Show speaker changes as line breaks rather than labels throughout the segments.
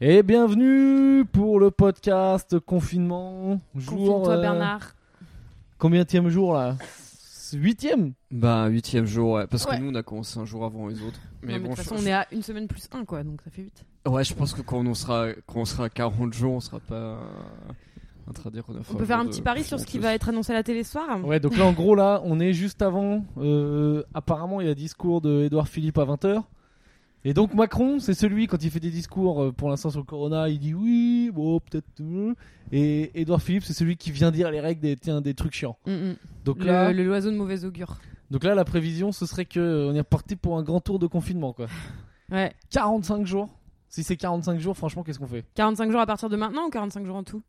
Et bienvenue pour le podcast confinement. Jour,
Confine-toi,
euh,
Bernard.
Combien tième jour là Huitième
Bah, huitième jour, ouais. Parce
Ouais.
que nous, on a commencé un jour avant les autres.
Mais
Mais
de
bon,
toute
je-
façon, on est à une semaine plus 1, quoi, donc ça fait 8.
je- ouais, je pense que quand on sera, quand on sera à 40 jours, on sera pas euh, en train de dire qu'on a fait
On peut faire un
jour
petit
de-
pari sur ce qui va être annoncé à la télé ce soir
Ouais, donc là en gros là, on est juste avant. euh, apparemment, il y a discours de Édouard Philippe à 20h. Et donc Macron, c'est celui quand il fait des discours euh, pour l'instant sur le corona, il dit oui, bon peut-être. euh. Et Édouard Philippe, c'est celui qui vient dire les règles des, tiens, des trucs chiants.
Mm, mm.
Donc là,
le, le loiseau de mauvais augure.
donc là, la prévision, ce serait que euh, on est reparti pour un grand tour de confinement quoi.
Ouais.
45 jours. Si c'est 45 jours, franchement, qu'est-ce qu'on fait
45 jours à partir de maintenant ou 45 jours en tout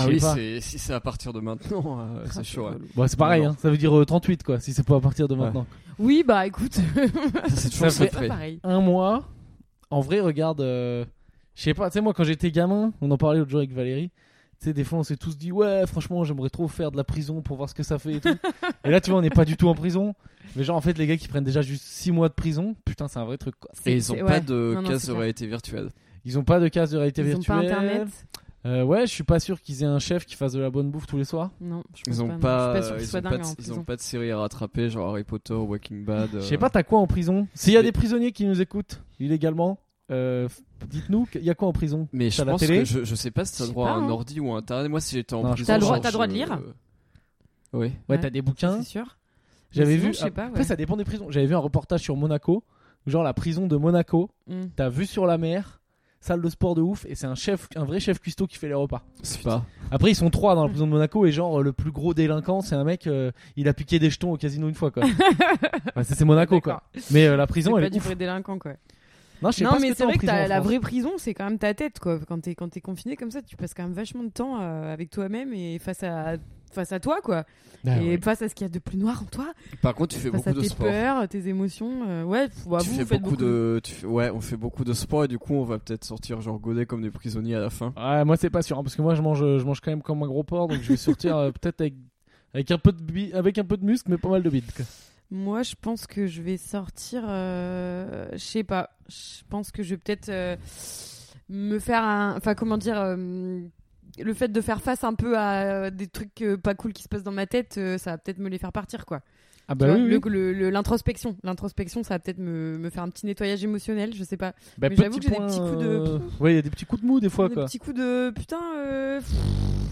Je sais
oui,
pas.
c'est- si c'est à partir de maintenant, euh, c'est chaud. ouais.
Bon, c'est pareil,
Non, non.
hein, ça veut dire euh, 38 quoi, si c'est pas à partir de maintenant.
Oui, bah écoute,
hein. Ça, c'est
Ça
toujours
fait-
ça
c'est
de
pas
près.
pareil.
Un mois, en vrai, regarde, euh, je sais pas, tu sais, moi quand j'étais gamin, on en parlait l'autre jour avec Valérie, tu sais, des fois on s'est tous dit, ouais, franchement, j'aimerais trop faire de la prison pour voir ce que ça fait et tout. et là, tu vois, on n'est pas du tout en prison, mais genre en fait, les gars qui prennent déjà juste 6 mois de prison, putain, c'est un vrai truc quoi.
Et ils ont
C'est-
pas
ouais.
de
Non, non,
case
c'est
de réalité virtuelle.
Ils ont pas de case de réalité
Ils ont pas
virtuelle.
internet
Euh, ouais, je suis pas sûr qu'ils aient un chef qui fasse de la bonne bouffe tous les soirs.
Non, je pense
Ils ont
pas. non.
pas,
Je suis pas sûr qu'ils
ils
soient
ont pas,
dingues
de,
en
ils ont
prison.
pas de série à rattraper, genre Harry Potter, Walking Bad.
Je
euh,
sais pas, t'as quoi en prison S'il y a
mais-
des prisonniers qui nous écoutent illégalement, euh, f- dites-nous, il y a quoi en prison
Mais je
T'as la
pense
télé
que je, je sais pas si
Je
t'as
sais
droit
pas,
à
hein.
un ordi ou à internet. Moi, si j'étais en
Non, je
prison,
T'as le droit-
genre,
t'as le droit de
je- euh,
lire
Oui.
Ouais,
Ouais.
t'as des bouquins.
C'est sûr.
J'avais
Sinon,
vu.
je sais pas,
Après,
ouais.
ça dépend des prisons. J'avais vu un reportage sur Monaco, genre la prison de Monaco.
Mm.
T'as vu sur la mer, salle de sport de ouf, et c'est un chef, un vrai chef cuistot qui fait les repas.
C'est pas.
Après, ils sont trois dans la prison de Monaco, et genre le plus gros délinquant, c'est un mec, euh, il a piqué des jetons au casino une fois quoi. Ouais, ça, c'est Monaco quoi. Mais euh, la prison,
C'est
elle
pas
est
du
ouf.
vrai délinquant, quoi.
Non, je sais
Non,
pas ce
mais
que
c'est
t'as en
vrai que
prison.
t'as-
en
la
France.
vraie prison, c'est quand même ta tête, quoi. Quand t'es quand t'es confiné comme ça, tu passes quand même vachement de temps euh, avec toi-même et face à face à toi, quoi.
Ah,
et
ouais.
face à ce qu'il y a de plus noir en toi,
Par contre, tu fais
face à
beaucoup de
tes
sport.
peurs, tes émotions. euh, ouais, faut- bah,
tu
vous,
fais
vous faites
beaucoup de, tu fais- ouais, on fait beaucoup de sport et du coup on va peut-être sortir genre godet comme des prisonniers à la fin.
Ouais, moi c'est pas sûr, hein, parce que moi je mange, je mange quand même comme un gros porc, donc je vais sortir euh, peut-être avec, avec un peu de bi- avec un peu de muscle, mais pas mal de bide. quoi.
Moi, je pense que je vais sortir. euh, je sais pas. Je pense que je vais peut-être euh, me faire un. Enfin, comment dire. euh, le fait de faire face un peu à euh, des trucs euh, pas cool qui se passent dans ma tête, euh, ça va peut-être me les faire partir, quoi.
Ah
Tu
bah
vois,
oui, oui.
le- le- le- L'introspection. L'introspection, ça va peut-être me, me faire un petit nettoyage émotionnel, je sais pas.
Bah,
Mais j'avoue
petit
que j'ai des
point,
petits coups de-
euh, Ouais, il y a des petits coups de mou des fois
Des
quoi.
petits coups de putain, euh, pff,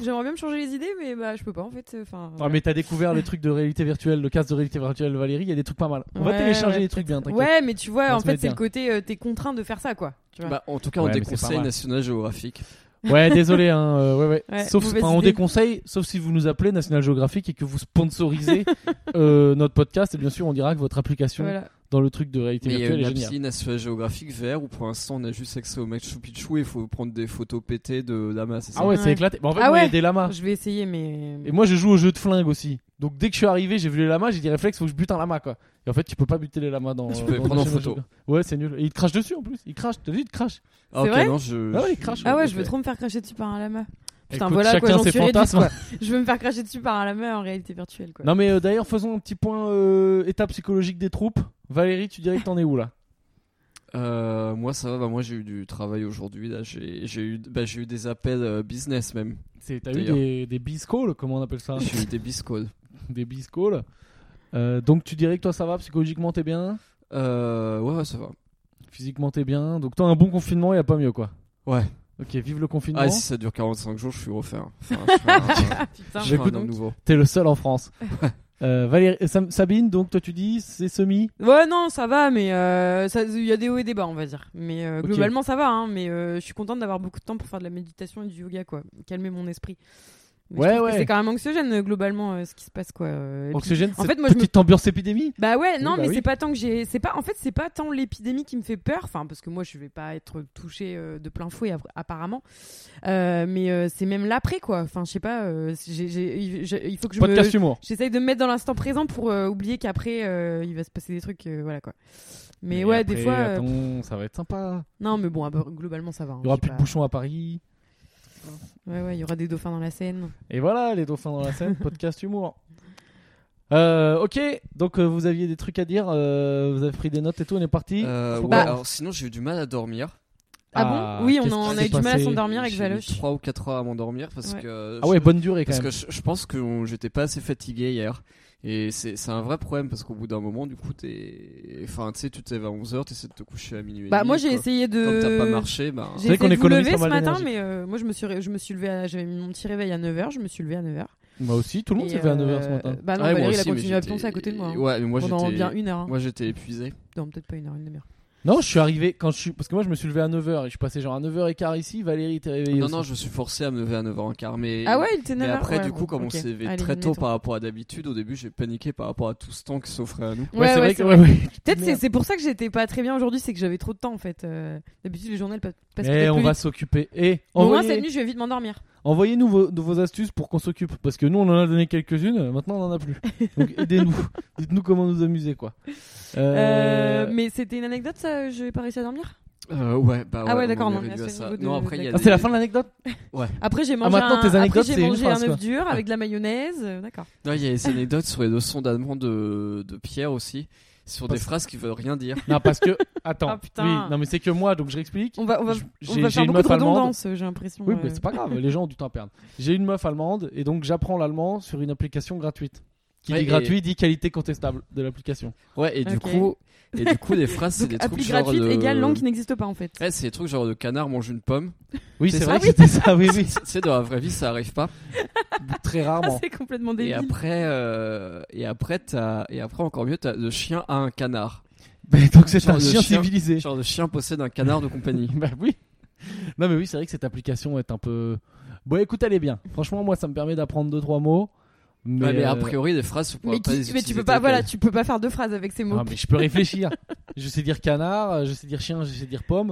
j'aimerais bien me changer les idées, mais bah je peux pas en fait. Enfin.
Ah, mais t'as découvert le truc de réalité virtuelle, le casque de réalité virtuelle de Valérie, il y a des trucs pas mal. On va
Ouais,
télécharger
ouais,
des trucs bien, t'inquiète.
ouais, mais tu
On va
vois, en
se
fait,
mettre
c'est le
bien.
côté euh, t'es contraint de faire ça, quoi. Tu vois.
Bah, en tout cas,
Ouais,
on
mais c'est pas
déconseille
mal.
National Geographic.
Ouais, désolé, hein, euh, ouais, ouais.
Ouais,
sauf,
mauvaise
enfin, on
idée.
déconseille, sauf si vous nous appelez National Geographic et que vous sponsorisez euh, notre podcast, et bien sûr, on dira que votre application
Voilà.
dans le truc de réalité
Mais il y a
virtuelle
une
est géniale.
appli National Geographic VR où pour l'instant on a juste accès au Machu Picchu et il faut prendre des photos pétées de Lama, c'est ça
Ah ouais, c'est
Ouais.
éclaté. Bah, en fait,
Ah
moi, il y
ouais.
a des lamas.
Je vais essayer, mais.
Et moi, je joue au jeu de flingue aussi. Donc, dès que je suis arrivé, j'ai vu les lamas, j'ai dit réflexe, faut que je bute un lama, quoi. Et en fait, tu peux pas buter les lamas dans.
Tu peux les
dans
prendre en
National
photo.
Geographic. Ouais, c'est nul. Et il te crache dessus en plus. Il crache, t'as dit, il te crache.
Ah,
C'est
ok,
vrai
non, je.
Ah ouais,
je-
il crache.
Ah ouais,
ok.
je veux trop me faire cracher dessus par un lama. Putain,
Écoute,
voilà quoi,
chacun
j'en
ses
suis réduite,
fantasmes.
quoi. Je veux me faire cracher dessus par un lama en réalité virtuelle, quoi.
Non mais euh, d'ailleurs faisons un petit point euh, état psychologique des troupes. Valérie, tu dirais que t'en es où là
Euh, moi ça va, bah, moi j'ai eu du travail aujourd'hui. Là, j'ai j'ai eu, bah, j'ai eu des appels euh, business même.
C'est- T'as eu
D'ailleurs.
des, des bees calls, comment on appelle ça
J'ai eu des biscodes.
Des bees calls. Euh, donc tu dirais que toi ça va, psychologiquement t'es bien,
Euh, ouais, ouais, ça va.
physiquement t'es bien. Donc toi un bon confinement, y a pas mieux quoi.
Ouais.
Ok, vive le confinement.
Ah, si ça dure 45 jours, je suis refait. hein. Enfin, je ferai un-
Ah, Putain.
je ferai
J'écoute
un homme
donc.
nouveau.
T'es le seul en France. Euh, Valérie, euh, Sam- Sabine, donc toi tu dis c'est semi.
Ouais, non, ça va, mais euh, ça- il y a des hauts et des bas, on va dire. Mais euh,
Ok.
globalement, ça va, hein, mais euh, je suis contente d'avoir beaucoup de temps pour faire de la méditation et du yoga, quoi. Calmer mon esprit. Mais je
Ouais,
trouve que
ouais.
C'est quand même anxiogène, euh, globalement, euh, ce qui se passe, quoi. Euh, et puis-
Oxygène,
en
cette
fait, moi, je me-
petite ambiance épidémie.
Bah ouais,
Oui,
non,
bah
mais
oui.
c'est pas tant que j'ai. c'est pas En fait, c'est pas tant l'épidémie qui me fait peur, enfin, parce que moi, je vais pas être touchée euh, de plein fouet, app- apparemment. Euh, mais euh, c'est même l'après, quoi. Enfin, je sais pas, euh, j'ai- j'ai- j'ai- il faut que je me.
Podcast humour.
J'essaye de me mettre dans l'instant présent pour euh, oublier qu'après euh, il va se passer des trucs, euh, voilà quoi. Mais, ouais, des
après,
fois. euh,
attends, ça va être sympa.
Non, mais bon, à part- globalement ça va. hein,
Il y aura
j'ai
plus
pas-
de bouchons à Paris.
Ouais, ouais, il y aura des dauphins dans la Seine.
Et voilà, les dauphins dans la scène, podcast humour. Euh, ok, donc euh, vous aviez des trucs à dire, euh, vous avez pris des notes et tout, on est parti.
Euh,
Faut
ouais,
pas-
alors sinon j'ai eu du mal à dormir.
Ah,
Ah,
bon Oui, on,
qu'est-ce
en-
qui
on a eu
s'est
du mal à
passé
s'endormir avec
J'ai mis
Valoche.
3 ou 4 heures à m'endormir parce
Ouais.
que.
Ah ouais,
je-
bonne durée quand
Parce
même.
que je, je pense que on- j'étais pas assez fatigué hier. Et c'est c'est un vrai problème parce qu'au bout d'un moment, du coup, t'es. Enfin, tu sais, tu te lèves à 11h, tu essaies de te coucher à minuit. et
Bah, moi,
demi,
j'ai
quoi.
essayé de.
Comme t'as pas marché, bah.
C'est
J'ai
vrai
essayé
qu'on
de me
économise
lever
pas
ce
mal
matin,
d'énergie.
mais euh, moi, je me suis, ré- je me suis levée, à- j'avais mis mon petit réveil à 9h, je me suis levée à 9h.
Moi aussi, tout le monde
Et,
s'est fait à
euh,
9h ce matin.
Bah non,
Ah Ouais, moi
Valérie, il a
aussi, mais
continué à
j'étais-
poncer à côté de moi. hein.
Ouais, mais moi
Pendant
j'étais.
bien une heure. hein.
Moi j'étais épuisé.
Non, peut-être pas une heure, une demi-heure.
Non, je suis arrivé quand je suis parce que moi je me suis levé à 9h et je suis passé genre à 9h15 ici, Valérie était réveillée.
Non,
aussi.
non, je me suis forcé à me lever à 9h15. Mais,
Ah ouais, il était 9h.
mais après,
ouais,
du
bon,
coup, comme on
ok.
s'est levé
Allez, hein.
très tôt
admettons.
par rapport à d'habitude, au début j'ai paniqué par rapport à tout ce temps qui s'offrait à nous.
Ouais,
Ouais,
c'est
ouais,
vrai
c'est
que
vrai.
ouais, ouais.
Peut-être c'est-
Merde.
c'est pour ça que j'étais pas très bien aujourd'hui, c'est que j'avais trop de temps en fait. Euh, D'habitude, les journées elles pa- passent
Mais
peut-être
Eh, on
plus
va
vite.
s'occuper. Et
Mais Au moins, cette
envoyez,
nuit, je vais vite m'endormir.
envoyez-nous vos, de vos astuces pour qu'on s'occupe parce que nous on en a donné quelques-unes, euh, maintenant on en a plus. Donc aidez-nous. Dites-nous comment nous amuser quoi.
Euh,
Euh,
Mais c'était une anecdote, ça, je n'ai pas réussi à dormir.
Euh, ouais, bah ouais.
Ah ouais,
on
d'accord,
en est
non,
réduit
à
à
ce
ça.
niveau de-
Non, après il y a
Ah,
des-
c'est la fin de l'anecdote
Après, j'ai mangé,
Ah, maintenant,
un...
tes anecdotes,
Après, j'ai
c'est une
mangé
phrase,
un
quoi. Ah.
œuf dur avec de la mayonnaise. euh, D'accord.
Non, il y a des anecdotes sur les leçons d'allemand de, de Pierre aussi, sur
Parce-
des phrases qui veulent rien dire.
Non, parce que attends.
Ah, putain.
Oui, non mais c'est que moi donc je réexplique.
On va, on va,
Je-
on
j'ai-
va
j'ai
faire
une
beaucoup de
meuf allemande.
redondances, j'ai l'impression.
Oui,
euh.
mais c'est pas grave, les gens ont du temps à perdre. J'ai une meuf allemande et donc j'apprends l'allemand sur une application gratuite. Qui
Ouais,
dit
et-
gratuit dit qualité contestable de l'application.
Ouais, et du
Ok.
coup, et du coup, les phrases, c'est
Donc,
des trucs
appli
genre
gratuite
de.
égale langue qui n'existe pas en fait.
Ouais, c'est des trucs genre de canard mange une pomme.
Oui,
C'est
c'est
ça,
vrai que
oui.
c'était ça, oui, oui.
tu sais, dans la vraie vie, ça arrive pas.
Très rarement.
Ah, c'est complètement
Et
débile.
après, euh, et après, t'as, et après encore mieux, t'as le chien a un canard.
Mais donc c'est
Genre
un
de
chien
chien.
civilisé.
Genre le chien possède un canard de compagnie.
Bah oui. Non mais oui, c'est vrai que cette application est un peu. Bon, écoute, elle est bien. Franchement, moi, ça me permet d'apprendre deux trois mots. Mais,
Ouais, mais
euh,
a priori, les phrases, tu pourras
Mais, qui-
pas les
mais
utiliser
tu peux
telles
pas, voilà,
quelles.
tu peux pas faire de phrases avec ces mots.
non, mais je peux réfléchir. je sais dire canard, euh, je sais dire chien, je sais dire pomme.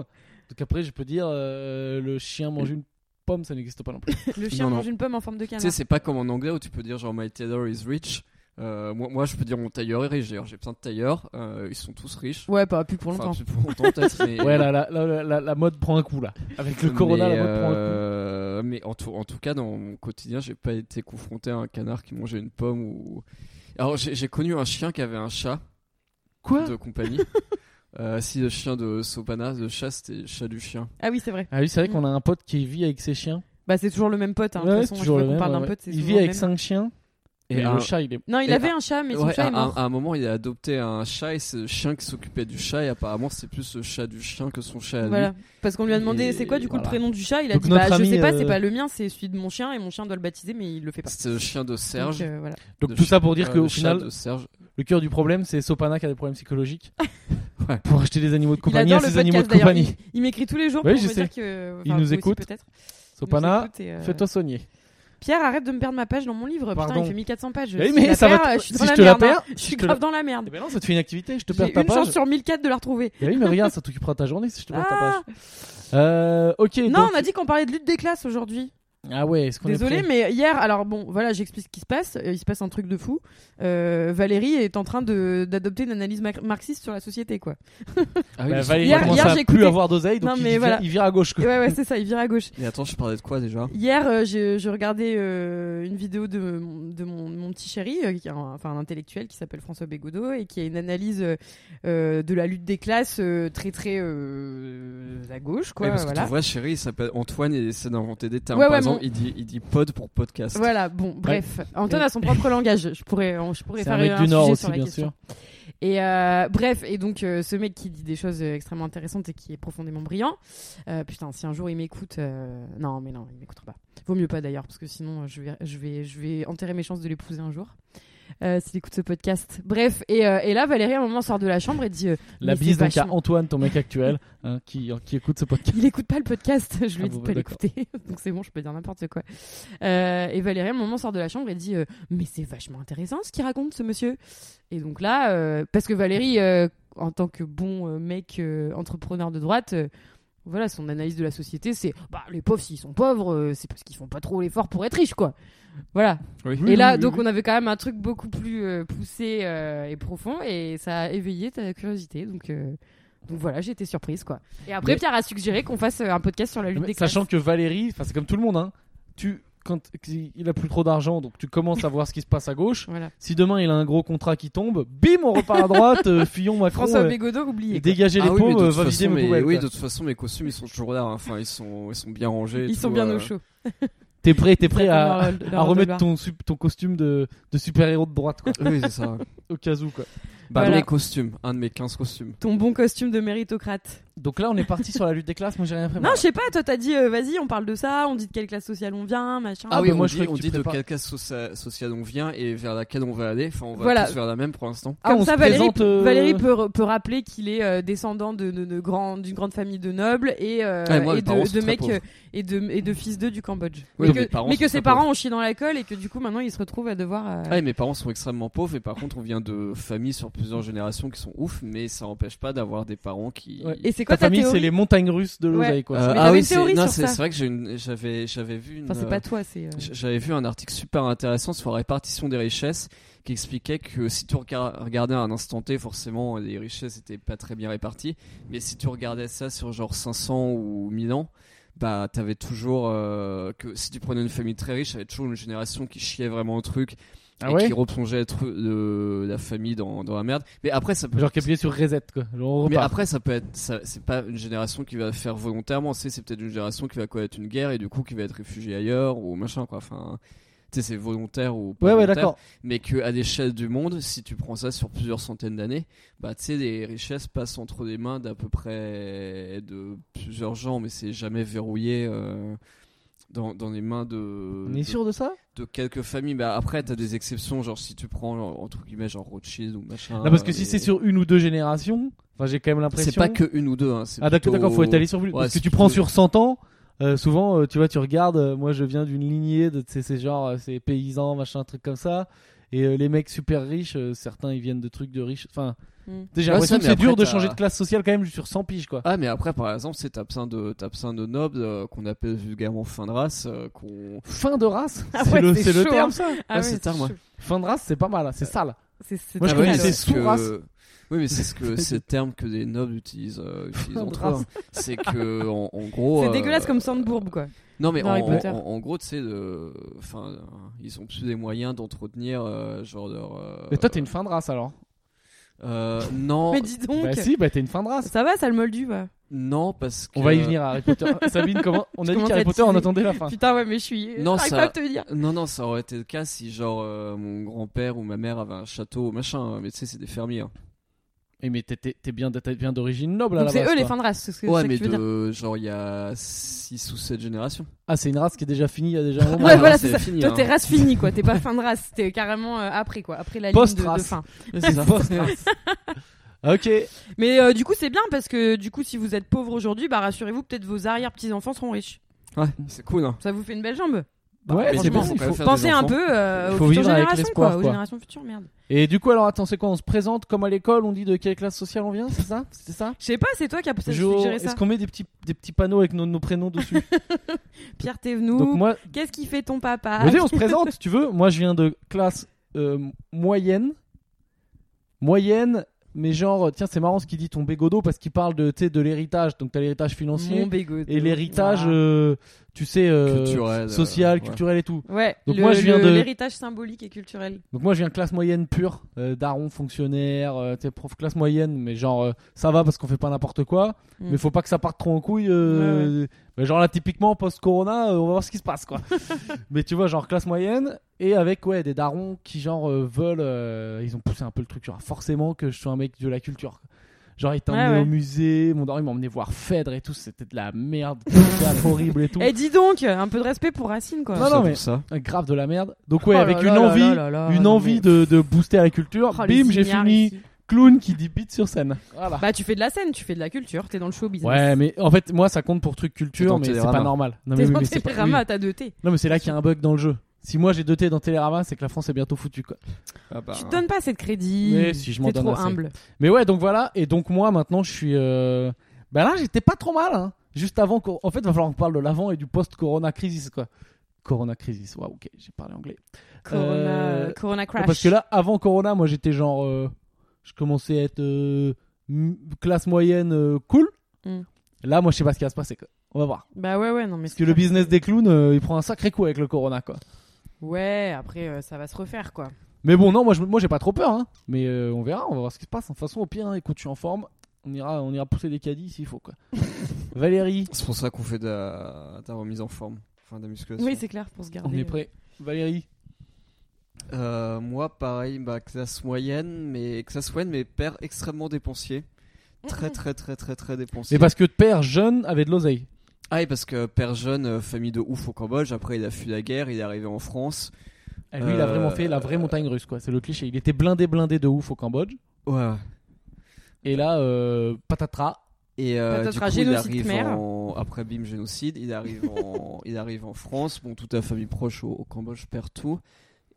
Donc après, je peux dire euh, le chien mange une pomme, ça n'existe pas non plus.
Le chien
Non, non.
mange une pomme en forme de
Tu
canard.
sais, c'est pas comme en anglais où tu peux dire genre my tailor is rich. Euh, moi, moi, je peux dire mon tailleur est riche. D'ailleurs, j'ai plein de tailleurs. euh, ils sont tous riches.
Ouais, pas plus pour
Enfin,
longtemps.
plus pour longtemps, peut-être. mais-
Ouais, la, la, la, la- la mode prend un coup là. Avec le corona,
mais,
la mode prend un coup.
euh, mais en tout, en tout cas, dans mon quotidien, j'ai pas été confronté à un canard qui mangeait une pomme ou. Alors, j'ai j'ai connu un chien qui avait un chat
Quoi
de compagnie. Euh, si le chien de Sopana, le chat, c'était le chat du chien.
Ah oui, c'est vrai.
Ah oui, c'est vrai qu'on a un pote qui vit avec ses chiens.
Bah, c'est toujours le même pote. Hein.
Ouais,
de
c'est
toute façon,
toujours
je
le
qu'on
même,
parle d'un
ouais.
pote, c'est
Il
souvent
vit
le
avec
même.
cinq chiens. Et
un-
le chat, il est.
Non, il
Et
avait un chat, mais son
ouais,
chat
à,
est
à-
mort.
à un moment, il a adopté un chat et c'est le chien qui s'occupait du chat. Et apparemment, c'est plus le chat du chien que son chat à lui.
Voilà. Parce qu'on lui a demandé
Et
c'est quoi du coup
voilà.
le prénom du chat. Il a
Donc
dit
notre
bah, je
ami,
sais pas,
euh,
c'est pas le mien, c'est celui de mon chien et mon chien doit le baptiser, mais il le fait pas.
C'était le chien de Serge.
Donc, euh, voilà.
Donc
de
tout
ch-
ça pour dire
euh,
qu'au
le chat
final,
de Serge.
le cœur du problème, c'est Sopana qui a des problèmes psychologiques.
Ouais.
Pour acheter des animaux de compagnie
il
à
adore le
ses animaux de
podcast d'ailleurs.
compagnie.
Il- Il m'écrit tous les jours
Oui,
pour
je
me
sais.
dire que. enfin,
Il nous
vous aussi,
écoute.
peut-être. Il nous
Sopana,
écoute et, euh,
fais-toi soigner.
Pierre, arrête de me perdre ma page dans mon livre.
Pardon.
Putain, il fait 1400 pages.
Eh,
Si
mais
je la
ça va
perds,
te-
je suis
si
dans
je
la
te la
merde, hein.
perds,
je
je
suis
te la-
grave dans la merde.
Eh ben non, ça te fait une activité, je te perds
J'ai
ta
une
page.
chance sur 1004 de la retrouver.
Eh oui, mais regarde, ça t'occupera ta journée si je te perds ta
Ah
page. Euh, ok,
non,
donc-
on a dit qu'on parlait de lutte des classes aujourd'hui.
Ah ouais, est-ce qu'on est
Désolé,
prêt
mais hier, alors bon, voilà, j'explique ce qui se passe. Euh, Il se passe un truc de fou. Euh, Valérie est en train de- d'adopter une analyse mar- marxiste sur la société, quoi.
Ah oui,
Bah,
mais-
Valérie
Hier-
commence
hier,
à
j'ai
plus
écouté-
avoir d'oseille, donc
Non,
il,
mais
vire-
voilà.
il vire à gauche.
Et
quoi.
ouais, ouais, c'est ça, il vire à gauche.
Mais attends, je parlais de quoi déjà
Hier, euh, je, je regardais euh, une vidéo de, mon- de mon, mon petit chéri, euh, qui est un, enfin un intellectuel qui s'appelle François Bégodeau et qui a une analyse euh, euh, de la lutte des classes euh, très très euh, à gauche, quoi.
Ouais, parce que
voilà.
tu vois, chérie, il s'appelle Antoine et il essaie d'inventer des termes.
Ouais,
Par
ouais,
exemple,
mon-
il, dit, il dit pod pour podcast.
Voilà, bon, bref. Antoine a son propre langage. Je pourrais, je pourrais
C'est
faire
un mec
un
du
sujet
Nord aussi,
sur la
bien
question.
sûr.
Et euh, bref, et donc euh, ce mec qui dit des choses euh, extrêmement intéressantes et qui est profondément brillant. Euh, putain, si un jour il m'écoute, euh, non, mais non, il m'écoutera pas. Vaut mieux pas d'ailleurs, parce que sinon euh, je vais, je vais, je vais enterrer mes chances de l'épouser un jour. Euh, S'il écoute ce podcast. Bref, et, euh, et là, Valérie à un moment sort de la chambre et dit euh,
La
Mais c'est
bise donc à
vachement-
Antoine, ton mec actuel, hein, qui, qui écoute ce podcast.
il écoute pas le podcast, je lui
Ah
ai dit
bon,
de
bah,
pas
d'accord.
l'écouter. Donc c'est bon, je peux dire n'importe quoi. Euh, et Valérie, à un moment, sort de la chambre et dit euh, Mais c'est vachement intéressant ce qu'il raconte, ce monsieur. Et donc là, euh, parce que Valérie, euh, en tant que bon euh, mec euh, entrepreneur de droite, euh, voilà, son analyse de la société, c'est Bah, les pauvres, s'ils sont pauvres, euh, c'est parce qu'ils font pas trop l'effort pour être riches, quoi. Voilà. Et là, donc, on avait quand même un truc beaucoup plus euh, poussé euh, et profond, et ça a éveillé ta curiosité. Donc, euh, donc voilà, j'ai été surprise, quoi. Et après,
Mais-
Pierre a suggéré qu'on fasse euh, un podcast sur la lutte des classes.
Sachant que Valérie, enfin, c'est comme tout le monde, hein, tu quand il a plus trop d'argent, donc tu commences à voir ce qui se passe à gauche.
Voilà.
Si demain il a un gros contrat qui tombe, bim, on repart à droite, euh, Fillon, Macron,
François
euh,
Bégodeau, oublié.
et
quoi.
dégager les
Ah oui, mais
pauvres,
de
euh,
toute
va vider
façon,
mes
mais-
poubelles.
oui,
quoi.
de toute façon, mes costumes, ils sont toujours là. hein. Enfin, ils sont, ils sont bien rangés. et
Ils sont
tout,
bien
euh.
au chaud.
T'es prêt, t'es prêt à,
Leur- leur-
à
leur
remettre
devoir.
ton, sup- ton costume de, de super-héros de droite, quoi,
Oui, c'est ça.
au cas où, quoi.
Bah,
Voilà.
mes costumes, un de mes 15 costumes.
ton bon costume de méritocrate.
Donc là, on est parti sur la lutte des classes. Moi, j'ai rien préparé.
Non, je sais pas, toi t'as dit euh, vas-y, on parle de ça, on dit de quelle classe sociale on vient, machin.
Ah
Ah
oui,
oui,
moi,
on
je
dit,
croyais que
on
tu
dit de
prépares.
quelle classe socia- sociale on vient et vers laquelle on va aller. Enfin, on va
Voilà.
tous vers la même pour l'instant.
Ah,
Comme
on
ça,
se
Valérie,
présente, euh,
Valérie peut, peut rappeler qu'il est euh, descendant de, de- de grand- d'une grande famille de nobles et, euh,
Ah, et moi,
et
mes
de,
parents sont
de
très
mecs
pauvres.
euh, et de, et de fils d'eux du Cambodge.
Oui,
mais
mes
que,
parents
mais
sont
que
très
ses parents ont chié dans la colle et que du coup maintenant ils se retrouvent à devoir. euh,
Ah, et mes parents sont extrêmement pauvres et par contre, on vient de familles sur plusieurs générations qui sont ouf, mais ça n'empêche pas d'avoir des parents qui.
Ouais.
Et c'est quoi
Ta
ta,
famille, c'est
théorie
les montagnes russes de
Ouais.
l'oseille, quoi.
Euh,
Mais
ah
t'avais
oui,
une
c'est
théorie
non,
sur
c'est-
ça.
c'est vrai que j'ai une- j'avais j'avais vu une.
Enfin, c'est
euh,
pas toi, c'est. euh,
J- J'avais vu un article super intéressant sur la répartition des richesses qui expliquait que si tu rega- regardais à un instant T, forcément, les richesses n'étaient pas très bien réparties. Mais si tu regardais ça sur genre 500 ou 1000 ans, bah t'avais toujours euh, que si tu prenais une famille très riche, t'avais toujours une génération qui chiait vraiment au truc
Ah
et
ouais
qui replongeait le tru- le- la famille dans, dans la merde. Mais après, ça peut
Genre qui est appuyé sur reset, quoi. Genre, on
mais
repart.
après, ça peut être, ça- c'est pas une génération qui va faire volontairement. C'est, c'est peut-être une génération qui va connaître une guerre et du coup qui va être réfugiée ailleurs ou machin quoi. Enfin, tu sais, c'est volontaire ou pas
Ouais, ouais,
volontaire.
d'accord.
Mais que à l'échelle du monde, si tu prends ça sur plusieurs centaines d'années, bah tu sais, les richesses passent entre les mains d'à peu près de plusieurs gens, mais c'est jamais verrouillé. euh, Dans, dans les mains de,
On est
de-
sûr de ça
de quelques familles. Bah, après, t'as des exceptions, genre si tu prends, genre, entre guillemets, genre Rothschild ou machin.
Non, parce que
et-
si c'est sur une ou deux générations, enfin, j'ai quand même l'impression.
C'est pas que une ou deux. Hein, c'est
Ah d'accord,
plutôt-
d'accord, faut étaler sur plus. parce que
c'est
tu prends
plutôt-
sur 100 ans, euh, souvent, euh, tu vois, tu regardes, euh, moi je viens d'une lignée de, tu sais, c'est genre, euh, c'est paysans, machin, truc comme ça, et euh, les mecs super riches, euh, certains ils viennent de trucs de riches, enfin,
Mm.
tu sais, j'ai
Hmm. Ouais,
l'impression
ça,
que
mais
c'est
après,
dur de
t'as-
changer de classe sociale quand même sur 100 piges, quoi.
Ah mais après par exemple c'est t'as plein de t'as plein de nobles euh, qu'on appelle vulgairement fin de race euh, qu'on
Fin de race,
Ah
c'est
ouais,
le,
c'est
c'est le
chaud,
terme
hein.
ça.
Ah
ouais,
oui,
c'est tard, moi.
chaud.
Fin de race, c'est pas mal, hein, c'est sale.
C'est- c'est
Moi, je
très
connais
mal,
ces
ouais.
parce
sous- race.
Oui mais c'est ce que c'est le terme que des nobles utilisent, euh, utilisent
Fin de
entre eux.
race.
C'est que en, en gros
C'est
euh,
dégueulasse comme Sandbourg quoi.
Non mais
dans
en,
Harry Potter.
en, en gros tu sais le- enfin euh, ils ont plus les moyens d'entretenir euh, genre leur euh,
Mais toi t'es une fin de race alors.
euh, non
Mais dis donc,
Bah si, bah t'es une fin de race.
ça va, ça le moldu va.
non parce que
On va y venir à Harry Potter. Sabine, comment on a dit
euh, commences
qu'Harry
à
Potter, on
teaser.
attendait la fin.
Putain, ouais, mais je suis.
Non,
J'arrive
ça-
pas à te le dire.
Non, non, ça aurait été le cas si, genre, euh, mon grand-père ou ma mère avait un château, machin. Mais tu sais, c'est des fermiers. hein.
Et Eh, mais t'es- t'es t'es bien, t'es bien d'origine
Oh
noble à
Donc
la
c'est
base,
eux les
quoi.
fins de race, c'est ce que c'est ça
bah, Ouais,
que
mais
tu veux dire.
de, genre, il y a 6 ou 7 générations.
Ah c'est une race qui est déjà finie il y a déjà un moment.
Ouais,
Ah,
voilà,
c'est
c'est ça.
fini,
Toi,
hein.
t'es race finie, quoi. T'es pas fin de race. T'es carrément euh, après, quoi. Après la ligne de, de
Post-race.
fin.
C'est ça. ok.
Mais euh, du coup, c'est bien parce que du coup, si vous êtes pauvre aujourd'hui, bah rassurez-vous, peut-être vos arrière-petits-enfants seront riches.
Ouais, c'est cool, hein.
Ça vous fait une belle jambe.
Ouais,
mais
Bah, c'est
bon,
bon, il
quand même
faut-
faire
Pensez
des
un
enfants.
peu euh,
Faut
aux futures
vivre avec
générations,
l'espoir,
Aux
quoi.
générations futures, merde.
Et du coup, alors attends, c'est quoi On se présente comme à l'école, on dit de quelle classe sociale on vient, c'est ça C'est ça
Je sais pas, c'est toi qui as peut-être
Jo-
suggéré ça.
Est-ce qu'on met des petits, des petits panneaux avec nos, nos prénoms dessus
Pierre
Donc
Thévenoud.
moi,
Qu'est-ce qui fait ton papa
Vas-y, on se présente, si tu veux. Moi, je viens de classe euh, moyenne. Moyenne, mais genre, tiens, c'est marrant ce qu'il dit ton bégodo parce qu'il parle de, tu sais, de l'héritage. Donc, t'as l'héritage financier
Mon bégote.
et l'héritage,
Voilà.
euh, tu sais, euh,
Culturel, euh,
social,
ouais.
culturel et tout.
Ouais.
euh, Donc
le-
moi, je viens
le-
de-
L'héritage symbolique et culturel.
Donc, moi, je viens de classe moyenne pure, euh, daron, fonctionnaire, euh, tu sais, prof classe moyenne, mais genre, euh, ça va parce qu'on fait pas n'importe quoi.
Mm.
Mais faut pas que ça parte trop en couille. euh, bah, genre, là, typiquement, post-corona, euh, on va voir ce qui se passe, quoi. mais tu vois, genre, classe moyenne, et avec, ouais, des darons qui, genre, euh, veulent. euh, ils ont poussé un peu le truc, genre, forcément que je sois un mec de la culture. Genre, ils t'emmenaient
Ouais, ouais.
au musée, mon daron, il m'a emmené voir Phèdre et tout, c'était de la merde, totale, horrible et tout.
Eh, dis donc, un peu de respect pour Racine, quoi.
Non,
Tout
non,
ça
mais-
pour ça.
Euh, Grave de la merde. Donc, ouais,
Oh
avec
là
une
là là
envie,
là là
une
là,
envie
Ah, mais-
de, de booster la culture,
Oh, les
bim, j'ai
ignares
fini
ici.
clown qui dit beat sur scène. Voilà.
Bah, tu fais de la scène, tu fais de la culture, t'es dans le show business.
Ouais, mais en fait, moi, ça compte pour truc
T'es dans
culture, mais c'est pas
Télérama.
normal. Non, mais,
T'es
oui,
dans
mais c'est pas-
Télérama,
oui.
t'as deux T.
Non, mais c'est là qu'il y a un bug dans le jeu. Si moi j'ai deux T dans Télérama, c'est que la France est bientôt foutue, quoi.
Ah bah,
Tu te donnes pas assez de crédit.
Mais si, je m'en
T'es
donne
trop
assez.
humble.
Mais ouais, donc voilà. Et donc moi, maintenant, je suis. Euh... Bah là, j'étais pas trop mal, hein. Juste avant. qu'on- En fait, va falloir qu'on parle de l'avant et du post-corona crisis, quoi. Corona crisis. Waouh, ok, j'ai parlé anglais.
Corona,
Euh,
Corona crash.
Parce que là, avant Corona, moi, j'étais genre. euh, Je commençais à être euh, m- classe moyenne euh, cool.
Mm.
Là, moi, je sais pas ce qui va se passer. quoi. On va voir.
Bah ouais, ouais, non, mais
Parce
c'est
que le
clair.
business des clowns, euh, il prend un sacré coup avec le corona, quoi.
Ouais, après, euh, ça va se refaire, quoi.
Mais bon, non, moi, je- moi j'ai pas trop peur, hein. Mais euh, on verra, on va voir ce qui se passe. De toute façon, au pire, hein, écoute, je suis en forme. On ira, on ira pousser des caddies s'il faut, quoi. Valérie,
C'est pour ça qu'on fait de la, de la remise en forme, enfin de la musculation.
Oui, c'est clair, pour se garder.
on est prêt. Valérie,
Euh, moi, pareil, bah, classe moyenne, mais classe moyenne, mais père extrêmement dépensier. Très, très, très, très, très dépensier.
c'est parce que père jeune avait de l'oseille.
Ah, et parce que père jeune, euh, famille de ouf au Cambodge, après il a fui la guerre, il est arrivé en France.
Et Lui, il a
Euh,
vraiment fait la vraie montagne russe, quoi. C'est le cliché. Il était blindé, blindé de ouf au Cambodge.
Ouais.
Et là, euh, patatras.
Et euh,
Patatras,
du coup, il
génocide
arrive
khmer.
en... après bim génocide, il arrive en il arrive en France, bon toute la famille proche au, au Cambodge perd tout.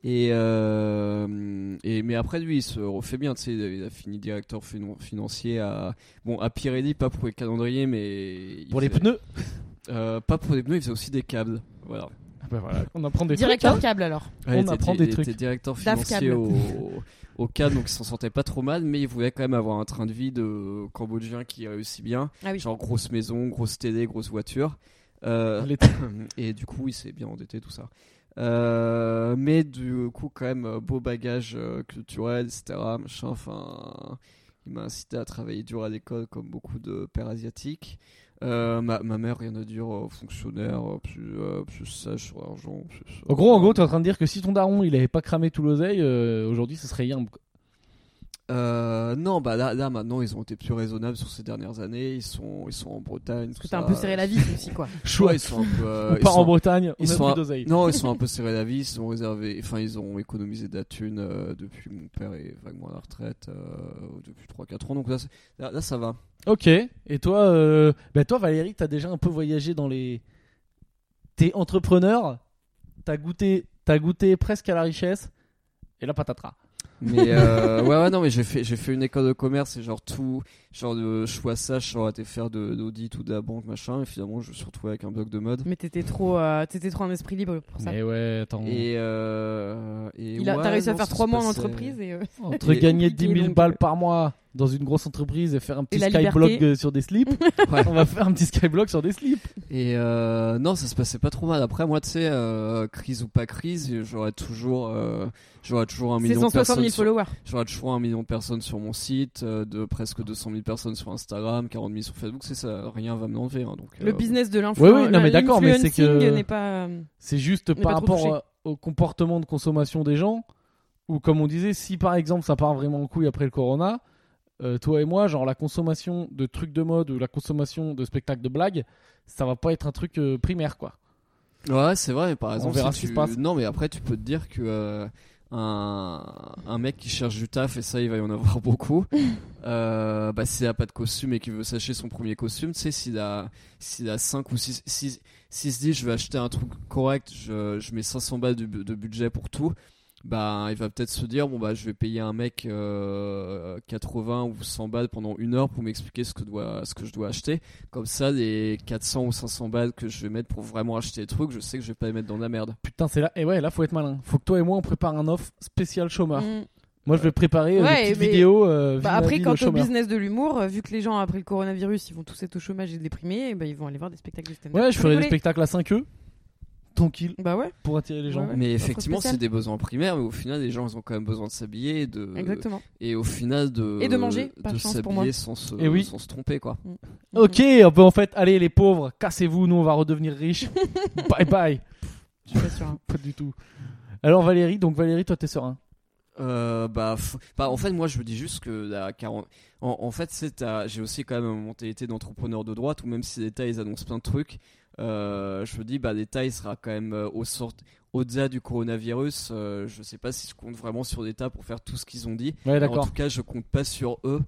Et, euh, et mais après lui il se refait bien, tu sais, il a fini directeur finan- financier à bon à Pirelli pas pour les calendriers mais il
Pour les
faisait-
pneus.
euh, pas pour les pneus, il faisait aussi des câbles. Voilà.
Ah bah voilà, on apprend des
Directeur
trucs.
câble, alors.
On
il était-
apprend
il
des
était
trucs.
directeur
DAF
financier
câble.
au, au CAM, donc il s'en sentait pas trop mal, mais il voulait quand même avoir un train de vie de cambodgien qui réussit bien.
Ah oui.
Genre grosse maison, grosse télé, grosse voiture. Euh,
hein. Les trucs.
et du coup, il s'est bien endetté, tout ça. Euh, mais du coup, quand même, euh, beau bagage euh, culturel, etc. Machin, enfin, il m'a incité à travailler dur à l'école, comme beaucoup de pères asiatiques. Euh, ma, ma mère, rien à dire, euh, fonctionnaire, euh, plus, euh, plus sage sur l'argent. plus,
En
euh,
gros, en gros, t'es en train de dire que si ton daron il avait pas cramé tout l'oseille, euh, aujourd'hui ce serait Yimb. quoi.
Euh, non, bah là, là, maintenant, ils ont été plus raisonnables sur ces dernières années. Ils sont, ils sont en Bretagne.
Parce que
tout
t'as un
ça.
peu serré la vie aussi, quoi.
Ouais, ils sont un peu. euh,
on
ils
part en
sont-
Bretagne, on
ils
a
sont
plus
à-
d'oseille.
Non, ils sont un peu serrés la vie, ils sont réservés, enfin ils ont économisé de la thune euh, depuis que mon père est vaguement à la retraite, euh, depuis 3-4 ans, donc là, c'est- là, là, ça va.
Ok. Et toi, euh, bah toi Valérie, t'as déjà un peu voyagé dans les. T'es entrepreneur, t'as goûté, t'as goûté presque à la richesse. Et là, patatras.
Mais euh, ouais, ouais, non, mais j'ai fait, j'ai fait une école de commerce et genre tout, genre de choix ça, j'aurais été faire de l'audit ou de la banque, machin, et finalement je me suis retrouvé avec un bloc de mode.
Mais t'étais trop, euh, t'étais trop un esprit libre pour ça.
Mais ouais, attends.
Et, euh, et
Il a,
ouais,
t'as réussi à
non,
faire
ça
trois
se
mois en
passait-
entreprise et. euh,
Entre
et-
gagner
compliqué,
10 000
donc, euh.
balles par mois dans une grosse entreprise et faire un petit
la
skyblock
liberté.
euh, sur des slips,
Ouais.
on va faire un petit skyblock sur des slips.
Et euh, non, ça se passait pas trop mal. Après, moi, tu sais, euh, crise ou pas crise, j'aurais toujours, euh, j'aurais toujours un
C'est
million de
160
personnes.
000
sur-
followers.
J'aurais toujours un million de personnes sur mon site, euh, de presque 200 000 personnes sur Instagram, 40 000 sur Facebook. C'est ça, rien va me l'enlever. hein, donc.
Le
euh,
business de
Ouais,
l'influence.
ouais, non, mais d'accord, mais c'est que-
n'est pas. euh,
C'est juste
n'est
par
pas trop
rapport
touché.
euh, au comportement de consommation des gens, ou comme on disait, si par exemple ça part vraiment en couille après le corona, euh, toi et moi, genre la consommation de trucs de mode ou la consommation de spectacles de blagues, ça va pas être un truc euh, primaire quoi.
Ouais, c'est vrai. mais Par exemple,
verra
si
ce qui
tu-
se passe.
Non, mais après, tu peux te dire que euh, un, un mec qui cherche du taf et ça, il va y en avoir beaucoup. euh, bah, s'il a pas de costume et qu'il veut s'acheter son premier costume, tu sais, s'il a, s'il a 5 ou 6 s'il s'il se dit, je vais acheter un truc correct, je, je mets 500 balles de, bu- de budget pour tout. Bah, il va peut-être se dire bon bah je vais payer un mec euh, 80 ou 100 balles pendant une heure pour m'expliquer ce que doit ce que je dois acheter. Comme ça, les 400 ou 500 balles que je vais mettre pour vraiment acheter des trucs, je sais que je vais pas les mettre dans la merde.
Putain, c'est là, et ouais, là faut être malin. Faut que toi et moi on prépare un offre spécial chômeur.
mm.
Moi je vais préparer euh,
Ouais,
des petites
mais-
vidéos. euh,
Bah,
vie-
après,
vie de
quant au
chômeur.
business de l'humour, euh, vu que les gens après le coronavirus, ils vont tous être au chômage et déprimés, et bah, ils vont aller voir des spectacles de stand-up.
Ouais, je ferai des
Rigoler.
spectacles à 5 eux, tranquille,
Bah ouais,
pour attirer les gens.
Ouais, Bah, ouais.
mais
offre
effectivement,
spéciale.
c'est des besoins primaires, mais au final, les gens ils ont quand même besoin de s'habiller et de
exactement.
et au final de
Et de manger, par
de
chance pour moi.
s'habiller sans se
Et oui.
sans se tromper quoi.
Ok, on peut en fait, allez les pauvres, cassez-vous, nous on va redevenir riches. bye bye.
Je suis pas sûre. hein.
Pas du tout. Alors Valérie, donc Valérie, toi t'es serein.
Euh, bah, f- bah, en fait, moi, je me dis juste que la 40... en, en fait, c'est t'as- j'ai aussi quand même une mentalité d'entrepreneur de droite, où même si l'État ils annoncent plein de trucs, euh, je me dis bah l'État il sera quand même euh, au sort... au-delà du coronavirus. euh, je sais pas si je compte vraiment sur l'État pour faire tout ce qu'ils ont dit.
Ouais,
En
d'accord.
tout cas, je compte pas sur eux.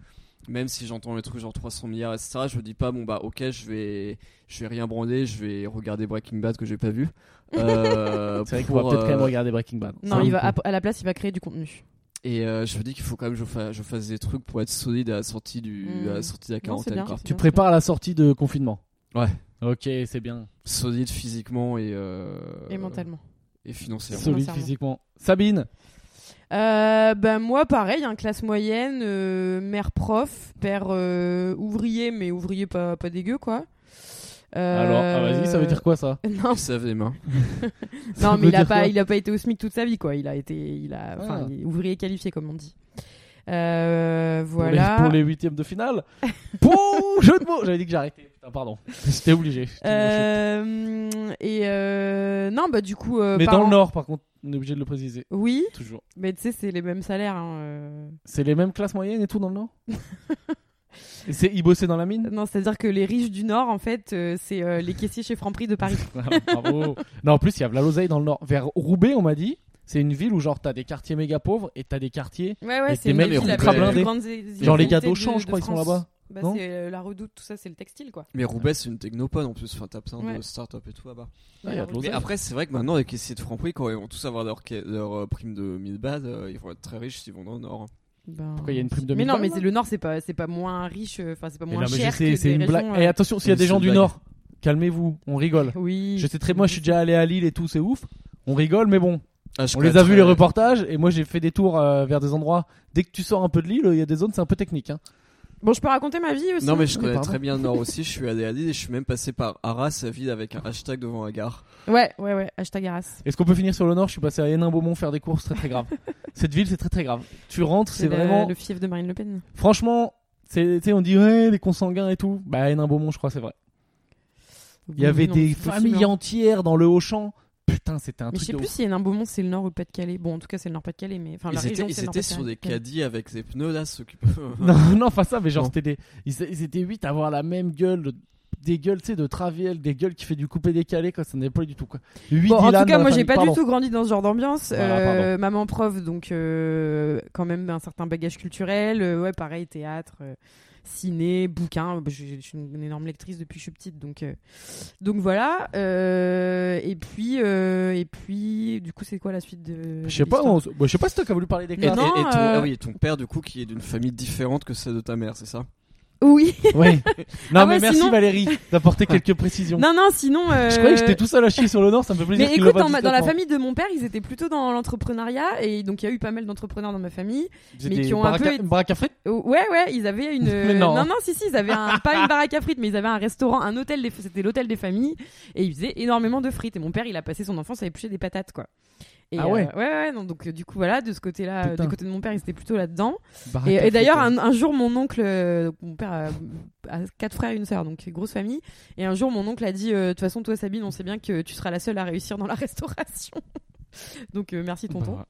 Même si j'entends les trucs genre 300 milliards, etc., je me dis pas, bon bah ok, je vais, je vais rien brander, je vais regarder Breaking Bad que j'ai pas vu. Euh,
C'est vrai qu'on
pour,
va peut-être quand même
euh,
regarder Breaking Bad.
Non,
Ça,
il
on
va,
peut.
à, à la place, il va créer du contenu.
Et euh, je me dis qu'il faut quand même que je fasse, je fasse des trucs pour être solide à la sortie, du,
Mm.
à la sortie de la
Non, c'est
quarantaine.
bien.
quoi.
c'est
Tu
bien.
prépares la sortie de confinement.
Ouais.
Ok, c'est bien.
Solide physiquement et, euh,
Et mentalement.
Et financièrement.
Solide
sincèrement.
physiquement. Sabine,
Euh, bah, moi, pareil, hein, classe moyenne, euh, mère prof, père euh, ouvrier, mais ouvrier pas, pas dégueu, quoi. Euh,
Alors, ah, vas-y, ça veut dire quoi ça
Non,
Ça des mains.
Ça
non mais
veut
il a
dire
pas,
quoi
il a pas été au SMIC toute sa vie, quoi. Il a été, il a, enfin,
Ah.
il est ouvrier qualifié, comme on dit. Euh,
Pour les-
voilà.
Pour les huitièmes de finale. Pour jeu de mots. J'avais dit que j'arrêtais. Putain, pardon. C'était obligé. J'étais moche.
Euh, et euh, non, bah du coup. euh,
Mais dans
parents-
le Nord, par contre, on est obligé de le préciser.
Oui,
Toujours.
mais tu sais, c'est les mêmes salaires. hein, euh.
C'est les mêmes classes moyennes et tout dans le Nord Et c'est ils bossaient dans la mine
Non, c'est-à-dire que les riches du Nord, en fait, euh, c'est euh, les caissiers chez Franprix de Paris.
Bravo. Non, en plus, il y a de la l'oseille dans le Nord. Vers Roubaix, on m'a dit, c'est une ville où genre t'as des quartiers méga pauvres et t'as des quartiers.
Ouais, ouais,
Avec
c'est
des mecs
une
qui
ville
coupent à
avec
blindés.
les grandes é-
Genre les
économies
gars
de-
d'Auchan,
de
je crois, ils sont
France.
là-bas.
Bah,
non
c'est euh, la redoute, tout ça, c'est le textile, quoi.
Mais Roubaix, c'est une technopole en plus. Enfin, t'as plein
Ouais.
de start-up et tout là-bas.
Ah, il y a de
Mais
l'oseille.
après, c'est vrai que maintenant, les caissiers de Franprix, quand ils vont tous avoir leur, ca- leur euh, prime de 1000 balles, euh, ils vont être très riches s'ils vont dans le Nord. hein.
Ben,
Pourquoi il y a une prime de
Mais
1000
non,
balles,
mais
là
c'est- le Nord, c'est pas, c'est pas moins riche, euh, enfin, c'est pas
Mais
moins
non, mais je
cher
sais,
que
Eh ben, c'est
des
une blague.
régions,
Et
euh,
attention, s'il y a
Mais
des
c'est
gens
une
du
blague.
Nord, calmez-vous, on rigole.
Oui.
Je sais très, moi, je suis déjà allé à Lille et tout, c'est ouf. On rigole, mais bon,
Ah, je
on les a
connais
vus
très-
les reportages et moi j'ai fait des tours euh, vers des endroits. Dès que tu sors un peu de l'île, il y a des zones, c'est un peu technique. Hein.
Bon, je peux raconter ma vie aussi.
Non, mais je
Oui,
connais
pardon.
très bien le Nord aussi. Je suis allé à Lille et je suis même passé par Arras, ville avec un hashtag devant la gare.
Ouais, ouais, ouais. Hashtag Arras.
Est-ce qu'on peut finir sur le Nord Je suis passé à Hénin-Beaumont faire des courses, très très grave. Cette ville, c'est très très grave. Tu rentres, c'est
le-
vraiment.
le fief de Marine Le Pen.
Franchement, c'est, tu sais, on dirait les consanguins et tout. Bah, Hénin-Beaumont, je crois, c'est vrai. Il y avait
Non,
des
c'est possible,
familles
hein.
entières dans le Haut-Champ. Putain, c'était un
Mais
truc
je sais
de
plus
ouf.
si Hénin-Beaumont c'est le Nord ou le Pas-de-Calais. Bon, en tout cas, c'est le Nord-Pas-de-Calais, mais enfin, la
Ils étaient,
région,
ils
c'est le
étaient sur
Nord-Pas-de-Calais.
des caddies avec des pneus là, ceux qui peuvent.
Non, non, pas ça, mais genre,
Non.
c'était des... ils, ils étaient 8 à avoir la même gueule. de- Des gueules, tu sais, de Traviel, des gueules qui fait du coupé-décalé, quoi, ça n'est pas du tout, quoi. 8
Bon, en
Dylan
tout cas,
dans la
moi, j'ai
famille,
pas
pardon.
du tout grandi dans ce genre d'ambiance.
Voilà,
Euh,
pardon.
maman prof, donc euh, quand même un certain bagage culturel. Euh, ouais, pareil, théâtre, euh, ciné, bouquin. Bah, Je, je suis une énorme lectrice depuis que je suis petite, donc euh, donc voilà. Euh, et puis euh, et puis, du coup, c'est quoi la suite de
Je
de
sais pas,
l'histoire
on- bah, je sais pas si toi qui as voulu parler des
Et, et-
classes.
Non,
et ton,
euh,
ah oui, et ton père, du coup, qui est d'une famille différente que celle de ta mère, c'est ça
Oui.
Oui. Non,
Ah
mais
ouais,
merci
sinon-
Valérie d'apporter quelques précisions.
non, non. Sinon, euh,
Je croyais que j'étais tout seul à chier sur le Nord, ça me fait plaisir.
Mais
qu'il
écoute,
le fasse
dans, ma- dans la
discrètement.
famille de mon père, ils étaient plutôt dans l'entrepreneuriat et donc il y a eu pas mal d'entrepreneurs dans ma famille.
J'ai
mais
des
qui ont un
baraques
peu
à-
été-
baraques à frites
Oh, Ouais, ouais, ils avaient une.
Mais non.
non, si, si, ils avaient un, pas une baraque à frites, mais ils avaient un restaurant, un hôtel. Des... C'était l'hôtel des familles et ils faisaient énormément de frites. Et mon père, il a passé son enfance à éplucher des patates, quoi. Et
Ah ouais.
euh, ouais, ouais, non, donc euh, du coup, voilà, de ce côté-là, euh,
Putain.
du côté de mon père, ils étaient plutôt là-dedans.
Baraques
Et,
à
et
frites,
d'ailleurs,
hein.
un, un jour, mon oncle, euh, donc mon père a, a quatre frères et une sœur, donc grosse famille. Et un jour, mon oncle a dit euh, De toute façon, toi, Sabine, on sait bien que tu seras la seule à réussir dans la restauration. donc euh, merci, tonton.
Bah,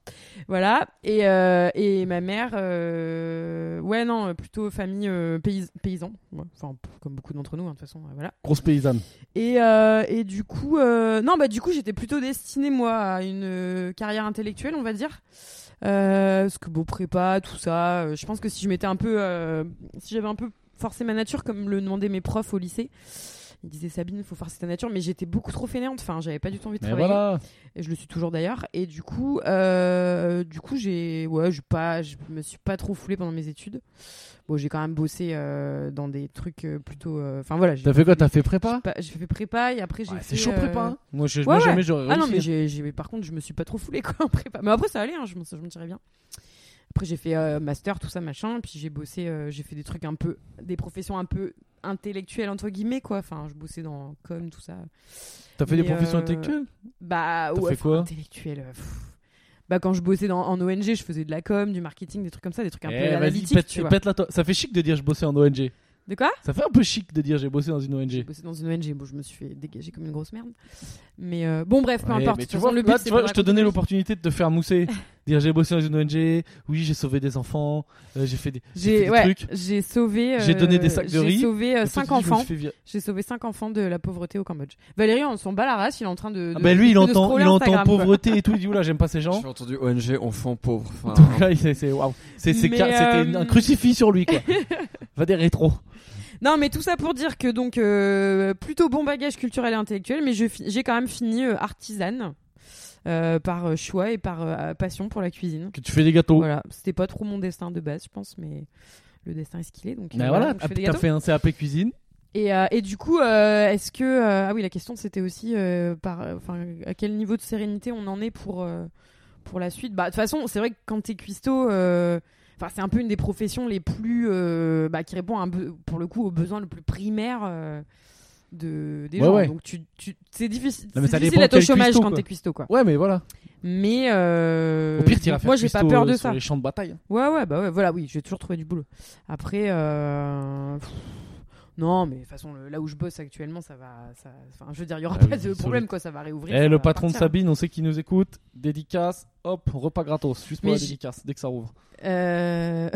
Voilà. Et, euh, et ma mère, euh, ouais, non, euh, plutôt famille euh, pays- paysan. Ouais, Enfin, p- comme beaucoup d'entre nous, hein, de toute façon, euh, voilà.
grosse paysanne.
Et, euh, et du coup, euh, non, bah, du coup, j'étais plutôt destinée, moi, à une euh, carrière intellectuelle, on va dire. Euh, parce que, beau prépa, tout ça. euh, je pense que si je m'étais un peu. euh, si j'avais un peu forcé ma nature, comme le demandaient mes profs au lycée. Ils disaient Sabine, il faut forcer ta nature, mais j'étais beaucoup trop fainéante. Enfin, j'avais pas du tout envie de
Mais
travailler.
voilà.
Et je le suis toujours d'ailleurs. Et du coup, euh, du coup, j'ai, ouais, j'ai pas, je me suis pas trop foulée pendant mes études. Bon, j'ai quand même bossé euh, dans des trucs euh, plutôt, euh, enfin voilà. j'ai-
T'as fait quoi T'as fait prépa
j'ai pas- J'ai fait prépa et après j'ai
Ouais,
fait.
C'est chaud
euh,
prépa. hein. Moi, je-
ouais,
moi,
ouais.
jamais j'aurais
Ah non, mais
réussi.
j'ai, j'ai- mais par contre, je me suis pas trop foulée quoi en prépa. Mais après ça allait, hein, je, m'en- je me tirais bien. Après j'ai fait euh, master, tout ça machin, puis j'ai bossé, euh, j'ai fait des trucs un peu, des professions un peu intellectuelles entre guillemets quoi. Enfin, je bossais dans com tout ça.
T'as fait des
mais,
professions
euh,
intellectuelles
Bah
T'as
ouais,
fait
enfin,
quoi
intellectuel. euh, pff. Bah quand je bossais dans, en ONG, je faisais de la com, du marketing, des trucs comme ça, des trucs un
Eh,
peu
Vas-y,
analytiques,
pète-
tu vois.
pète-la toi. Ça fait chic de dire je bossais en ONG.
De quoi
Ça fait un peu chic de dire j'ai bossé dans une
J'ai
ONG.
bossé dans une ONG, bon je me suis fait dégager comme une grosse merde. Mais euh, bon bref, peu
Ouais,
importe.
mais
de
tu
toute
vois,
façon, le
là,
but, c'est
tu vois,
de
je te
raconter
donnais
des-
l'opportunité de te faire mousser. Dire j'ai bossé dans une ONG, oui j'ai sauvé des enfants, euh, j'ai fait des, fait
J'ai
des
ouais,
trucs.
j'ai sauvé.
J'ai donné des
euh,
sacs de
J'ai
riz.
sauvé
Et toi, tu dis,
5
je me
enfants.
suis fait virer.
J'ai sauvé 5 enfants de la pauvreté au Cambodge. Valérie, on s'en bat la race, il est en train de.
Ah
de-
bah lui il
de
entend,
scroller
il entend
Instagram, quoi.
pauvreté et tout, il dit oula j'aime pas ces gens.
J'ai entendu ONG, enfant pauvre. Enfin,
Donc là, il- c'est- c'est- waouh. C'est- c'est
Mais,
ca- C'était une-
euh,
un crucifix sur lui quoi. Va des rétros.
Non, mais tout ça pour dire que donc euh, plutôt bon bagage culturel et intellectuel, mais je fi- j'ai quand même fini euh, artisane euh, par euh, choix et par euh, passion pour la cuisine.
Que tu fais des gâteaux.
Voilà, c'était pas trop mon destin de base, je pense, mais le destin est ce qu'il est, donc.
Bah
euh,
voilà,
donc je fais des
t'as
gâteaux.
fait un CAP cuisine.
Et, euh, et du coup, euh, est-ce que euh, ah oui, la question c'était aussi euh, par, enfin, à quel niveau de sérénité on en est pour euh, pour la suite. Bah de toute façon, c'est vrai que quand t'es cuistot, euh, enfin c'est un peu une des professions les plus, euh, bah, qui répond à un be- pour le coup au besoin le plus primaire. euh, de, des
Ouais,
gens.
ouais.
Donc tu, tu- c'est difficile,
Non, mais
c'est
ça
difficile
dépend
d'être au
quel
chômage
cuistot,
quand
quoi.
t'es cuistot quoi.
Ouais, mais voilà.
Mais euh,
Au pire, t'iras faire
moi j'ai pas
cuistot,
peur
euh,
de
sur
ça.
les champs de bataille.
Ouais ouais bah ouais voilà oui, j'ai toujours trouvé du boulot. Après euh, pff, non mais de toute façon le- là où je bosse actuellement ça va ça enfin je veux dire il y aura
Ah oui,
pas de
solide.
problème quoi, ça va réouvrir.
Eh,
ça
le
va
patron de
partir.
Sabine, on sait qu'il nous écoute. Dédicace, hop, repas gratos. Juste pour
Mais
la
j'ai-
dédicace, dès que ça rouvre.
Euh...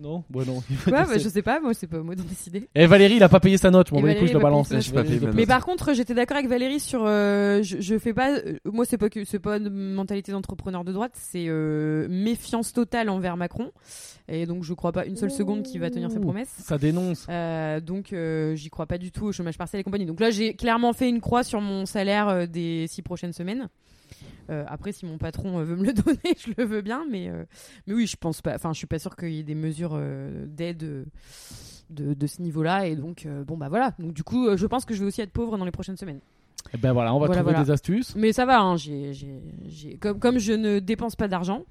Non Ouais, non.
ouais, bah, je sais pas, moi c'est pas moi d'en décider.
Et Valérie, il a pas payé sa note. Je m'en
Et
bats les couilles, je la
Valérie, il a pas
balance.
payé
sa note. J'ai pas payé ma note.
Mais par contre, j'étais d'accord avec Valérie sur. euh, je, je fais pas. euh, moi, c'est pas que c'est pas une mentalité d'entrepreneur de droite. C'est euh, méfiance totale envers Macron. Et donc, je crois pas une seule seconde qu'il va tenir ses
Ouh.
promesses.
Ça dénonce.
Euh, donc, euh, j'y crois pas du tout au chômage partiel et compagnie. Donc là, j'ai clairement fait une croix sur mon salaire euh, des six prochaines semaines. Euh, après, si mon patron euh, veut me le donner, je le veux bien. Mais, euh, mais oui, je pense pas. Enfin, je suis pas sûre qu'il y ait des mesures euh, d'aide. euh, de, de ce niveau-là et donc euh, bon bah voilà donc du coup euh, je pense que je vais aussi être pauvre dans les prochaines semaines
Et ben voilà, on va
Voilà,
trouver
voilà.
des astuces.
mais ça va hein, j'ai, j'ai, j'ai- Comme, comme je ne dépense pas d'argent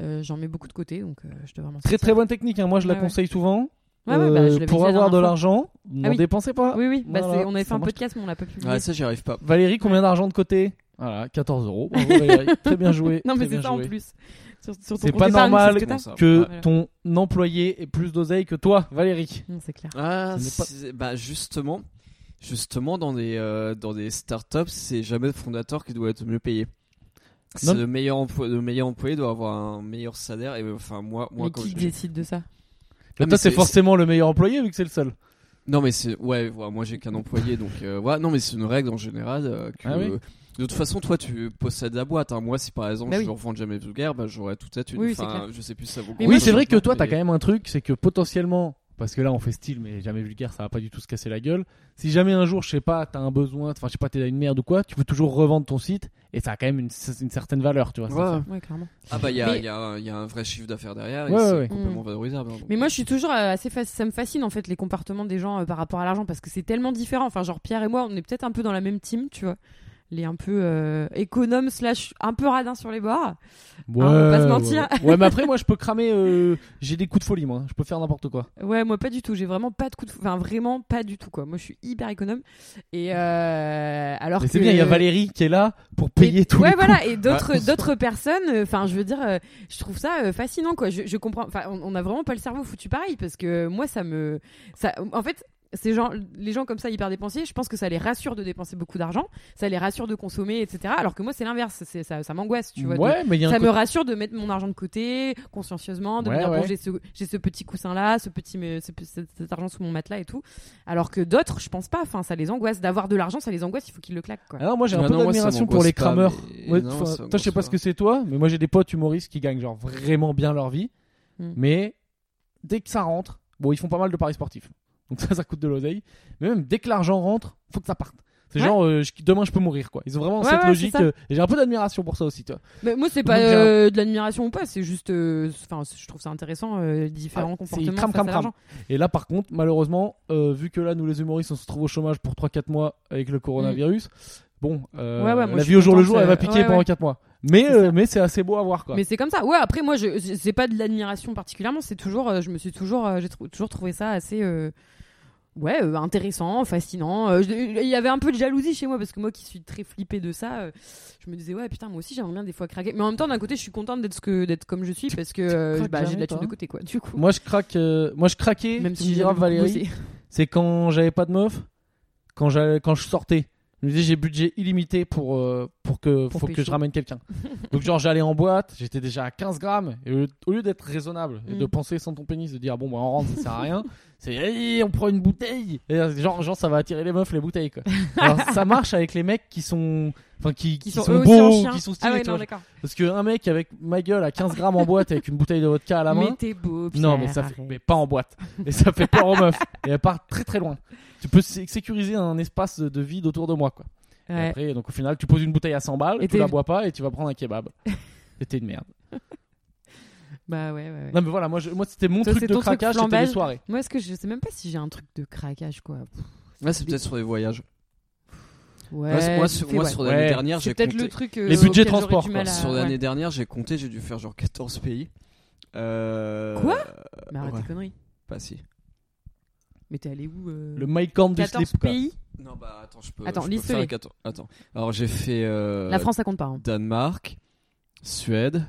euh, j'en mets beaucoup de côté donc euh, je devrais m'en
Très
sortir.
très bonne technique, hein. moi je la
Ouais, ouais.
conseille souvent.
Ouais, ouais, bah, je
Euh,
l'avais dit
pour
la
avoir
dernière
de
fois.
l'argent,
Ah
n'en
oui.
dépensez pas.
oui oui bah,
Voilà,
c'est- on avait
ça
fait un
marche.
podcast mais on l'a pas publié
Ouais, Ah, ça, j'y arrive pas.
Valérie, combien d'argent de côté Voilà, 14 euros. Bravo, Valérie. très bien joué.
non mais
très bien
c'est ça
joué.
en plus sur, sur ton
C'est
compte
pas
épargne,
normal
c'est ce que t'as.
ça.
Que
Voilà.
ton employé ait plus d'oseille que toi, Valérie.
non c'est clair
Ah,
Ce n'est pas-
c'est- bah justement, justement dans des euh, dans des startups, c'est jamais le fondateur qui doit être mieux payé. C'est
Non.
le meilleur employé, le meilleur employé doit avoir un meilleur salaire et euh, enfin moi moi
mais
quand
qui
je-
décide de ça
Ah, Mais
mais
toi, c'est
c'est-
forcément le meilleur employé vu que c'est le seul.
non mais c'est ouais, ouais, moi j'ai qu'un employé donc euh, ouais non mais c'est une règle en général euh, que
Ah oui.
de toute façon toi tu possèdes la boîte hein. moi si par exemple
Bah
je
oui.
ne revends jamais Vulgaire bah j'aurais tout à une
Oui, oui, c'est
enfin
clair.
je sais plus si ça vaut
Mais
le coup,
oui,
moi,
c'est vrai que toi,
mais-
t'as quand même un truc, c'est que potentiellement, parce que là, on fait style, mais jamais vulgaire, ça va pas du tout se casser la gueule. Si jamais un jour, je sais pas, t'as un besoin, enfin, je sais pas, t'es dans une merde ou quoi, tu peux toujours revendre ton site et ça a quand même une, une certaine valeur, tu vois. ça,
Ouais.
ça.
ouais clairement
ah bah il y a
Mais-
il y a un- il y a un vrai chiffre d'affaires derrière et
Ouais, ouais,
c'est
ouais.
complètement
Mm.
valorisable hein, donc.
Mais moi, je suis toujours euh, assez. faci- Ça me fascine en fait les comportements des gens euh, par rapport à l'argent parce que c'est tellement différent. Enfin, genre Pierre et moi, on est peut-être un peu dans la même team, tu vois. Les un peu euh, économes slash un peu radins sur les bords.
Ouais,
Ah, on va pas se
ouais,
mentir.
Ouais, Ouais, mais après, moi, je peux cramer, euh, j'ai des coups de folie, moi, hein. je peux faire n'importe quoi.
Ouais, moi pas du tout. J'ai vraiment pas de coup de. Enfin, vraiment pas du tout quoi. Moi, je suis hyper économe. Et euh, alors
Mais
que.
c'est bien, il y a Valérie qui est là pour payer
Et-
tout.
ouais voilà et d'autres d'autres personnes euh, enfin je veux dire euh, je trouve ça euh, fascinant quoi je, je comprends enfin on, on a vraiment pas le cerveau foutu pareil parce que moi ça me ça en fait ces gens les gens comme ça hyper dépensiers je pense que ça les rassure de dépenser beaucoup d'argent ça les rassure de consommer etc alors que moi c'est l'inverse c'est ça, ça m'angoisse tu vois de-
ouais, mais il y a un
ça
côté-
me rassure de mettre mon argent de côté consciencieusement de
Ouais,
me dire
ouais.
bon j'ai ce, j'ai ce petit coussin là ce petit me- ce pe- cet, cet argent sous mon matelas et tout alors que d'autres je pense pas enfin ça les angoisse d'avoir de l'argent ça les angoisse il faut qu'ils le claquent quoi
Alors moi j'ai un
Ah
peu
non, moi, ça
d'admiration pour
m'angoisse
les
pas,
crameurs.
mais-
Ouais,
non,
enfin, toi
ça
je
m'angoisse
sais pas ce
pas.
que c'est toi, mais moi j'ai des potes humoristes qui gagnent genre vraiment bien leur vie,
Mm.
mais dès que ça rentre, bon ils font pas mal de paris sportifs, donc ça ça coûte de l'oseille, mais même dès que l'argent rentre, faut que ça parte. C'est
Ouais.
genre euh, je- demain je peux mourir quoi. Ils ont vraiment
Ouais,
cette
ouais, c'est
logique.
ça.
euh, et j'ai un peu d'admiration pour ça aussi toi.
Mais moi, c'est pas
Donc, j'ai un-
euh, de l'admiration ou pas, c'est juste. euh, Enfin, c'est- je trouve ça intéressant, euh, les différents
Ah,
comportements.
c'est crame,
face
crame,
à
crame.
l'argent.
Et là par contre malheureusement euh, vu que là nous les humoristes on se trouve au chômage pour 3-4 mois avec le coronavirus, bon euh,
Mm. Ouais, ouais, moi,
la
je
vie
suis
au jour le
contente,
jour elle va
euh,
piquer
ouais,
pendant
ouais.
4 mois. Mais
C'est
euh,
ça.
mais c'est assez beau à voir quoi.
Mais c'est comme ça. Ouais, après, moi, je- c'est c'est pas de l'admiration particulièrement, c'est toujours. euh, je me suis toujours. euh, J'ai trou- toujours trouvé ça assez. euh, Ouais, euh, intéressant, fascinant. Euh, je- Il y avait un peu de jalousie chez moi parce que moi qui suis très flippée de ça, euh, je me disais ouais putain moi aussi j'aimerais bien des fois craquer. Mais en même temps d'un côté je suis contente d'être ce que d'être comme je suis parce que euh,
craques
bah, j'ai de
jamais,
la thune
toi,
de côté quoi. Du coup,
Moi je craque, euh, moi je craquais.
même
tu
si
me
j'ai
diras,
beaucoup
Valérie,
bossé.
c'est quand j'avais pas de meuf, quand j'allais- quand je sortais. Je me disais j'ai budget illimité pour euh, pour que
Pour
faut
pécho.
que je ramène quelqu'un. Donc genre j'allais en boîte, j'étais déjà à 15 grammes et au- au lieu d'être raisonnable et de
Mm.
penser sans ton pénis de dire bon bah on rentre ça sert à rien, c'est Hey, on prend une bouteille. Et euh, genre genre ça va attirer les meufs les bouteilles quoi. Alors ça marche avec les mecs qui sont enfin qui, qui
Qui sont,
sont
eux aussi en
beaux,
chien.
qui sont stylés
Ah ouais
tu
non
vois.
d'accord.
parce que un mec avec ma gueule à 15 grammes en boîte avec une bouteille de vodka à la main
Mais t'es beau. Pierre,
non, mais ça fait,
arrête.
mais pas en boîte. Et ça fait peur aux meufs. Et elles partent très très loin. Tu peux sé- sécuriser un espace de vide autour de moi, quoi. Et
Ouais.
après, donc au final, tu poses une bouteille à 100 balles,
Et
tu la
t'es-
bois pas et tu vas prendre un kebab. Et t'es une merde.
Bah ouais ouais. ouais.
Non, mais voilà, moi, je- moi c'était mon
Toi,
truc
c'est
de
ton truc
craquage, c'était les
flambage.
soirées.
Moi, est-ce que je sais même pas si j'ai un truc de craquage, quoi.
Ouais, c'est peut-être sur les voyages.
Ouais,
Moi, c'est- moi,
vite
sur,
fait,
moi,
ouais.
sur
Ouais.
l'année dernière, j'ai
c'est peut-être
compté.
le truc. euh,
Les budgets
auquel j'aurais
transport,
du
quoi.
mal à-
Sur
ouais.
l'année dernière, j'ai compté, j'ai dû faire genre 14 pays. Euh...
Quoi Mais arrête
ouais.
tes conneries.
Pas si.
Mais t'es allé où euh,
Le My Camp du
14
slip, quoi.
pays
Non, bah attends, je peux.
Attends,
je peux
liste-les.
faire avec- Attends, attends. Alors j'ai fait euh,
La France, ça compte pas. hein.
Danemark, Suède,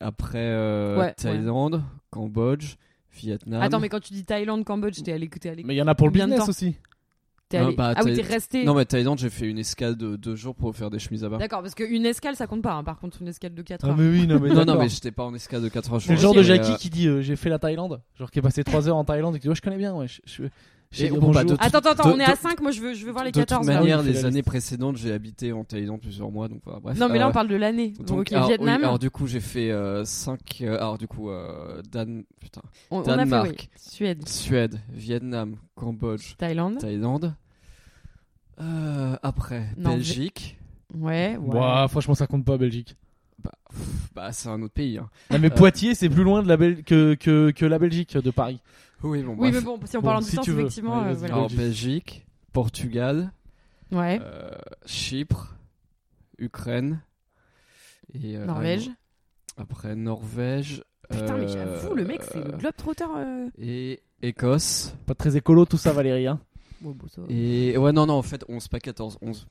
après euh,
Ouais, ouais.
Thaïlande, Cambodge, Vietnam.
Attends, mais quand tu dis Thaïlande, Cambodge, t'es allé, t'es allé,
Mais il y en a pour le
Combien de
business
temps
aussi.
t'es
Non,
allé-
bah,
ah oui, t'es
t'as-
resté.
Non, mais Thaïlande, j'ai fait une escale de deux jours pour faire des chemises à bas.
D'accord, parce qu'une escale, ça compte pas. hein. Par contre, une escale de 4
Ah,
heures.
mais oui, non, mais
Non, non,
d'accord.
mais j'étais pas en escale de 4 heures.
C'est le genre de
Mais,
Jackie
euh,
qui dit euh, j'ai fait la Thaïlande, genre qui est passé 3 heures en Thaïlande et qui dit ouais, je connais bien, ouais. Je, je- je sais
Et
dire
bon, bah,
bonjour.
de-
Attends, attends, attends,
de-
on est à
de-
5, moi je veux, je veux voir Ah, les
De toute
14. là.
manière,
Ah oui, fais
les
la
années
liste.
précédentes, j'ai habité en Thaïlande plusieurs mois, donc voilà, bref.
Ah Non, mais là,
Euh,
on parle de l'année.
donc,
Donc,
alors, oui,
Vietnam.
alors du coup, j'ai fait 5 alors du coup euh, Dan, putain,
on, on a fait,
Danemark.
oui. Suède,
Suède, Vietnam, Cambodge,
Thaïlande.
Thaïlande. Euh, après,
Non,
Belgique.
Ouais, ouais.
Ouah, franchement, ça compte pas Belgique.
Bah, pff, bah, c'est un autre pays. hein.
Non, mais
Euh.
Poitiers, c'est plus loin de la Bel- que, que, que la Belgique de Paris.
Oui, bon,
Oui,
bref.
mais bon, si on
Bon,
parle en
si
distance,
tu veux.
effectivement,
Allez,
euh,
vas-y.
voilà.
Alors, Belgique, Portugal,
Ouais.
euh, Chypre, Ukraine. Et, euh,
Norvège.
Après, Norvège.
Putain, mais
euh,
j'avoue, le mec, c'est le globetrotter. euh.
Et Écosse.
Pas très écolo tout ça, Valérie. Hein.
Bon, bon, ça va.
Et ouais, non, non, en fait, 11, pas 14, 11.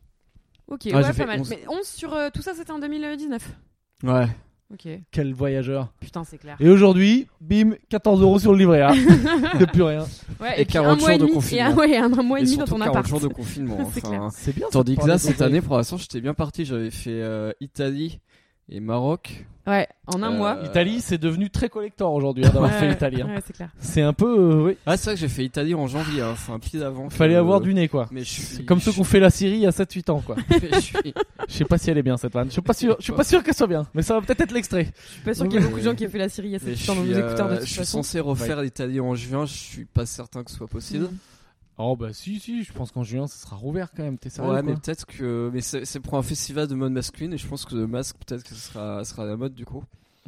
Ok,
Ah, j'ai
ouais,
fait
pas mal.
11.
Mais 11 sur euh, tout ça, c'était en 2019.
Ouais.
Ok,
Quel voyageur.
putain, c'est clair.
Et aujourd'hui, bim, 14 euros sur le livret A. De plus rien.
Ouais,
Et
puis
40
un mois
jours de
et demi-
confinement.
Et un, ouais, un, un mois et
et
demi dans
surtout
ton
40
appart.
jours de confinement.
C'est
enfin,
clair.
hein.
C'est bien. ça, de
Tandis que là,
parler
cette
d'oseille.
année, pour l'instant, j'étais bien parti. J'avais fait euh, Italie et Maroc.
Ouais, en un
Euh,
mois.
Italie, c'est devenu très collector aujourd'hui hein, d'avoir
Ouais,
fait l'Italie. hein.
Ouais, c'est clair.
C'est un peu. euh, oui.
Ah, c'est vrai que j'ai fait Italie en janvier. hein. Enfin, pile avant.
Fallait
que-
avoir du nez, quoi.
Mais je suis.
C'est comme
ce
ceux qu'on fait la Syrie il y a 7-8 ans, quoi.
je suis-
Je sais pas si elle est bien cette vanne. Je suis pas sûr, je suis pas sûr qu'elle soit bien, mais ça va peut-être être l'extrait.
Je suis pas sûr qu'il y a beaucoup de gens qui aient fait la Syrie il y a
mais
7
je
ans dans nos
suis, euh,
écouteurs de
je
toute
suis
façon.
censé refaire l'Italie en juin. Je suis pas certain que ce soit possible.
Oh bah si si, je pense qu'en juin ça sera rouvert quand même. T'es sérieux
ouais,
quoi
mais peut-être que. Mais c'est c'est pour un festival de mode masculine et je pense que le masque, peut-être que ce sera, sera la mode du coup.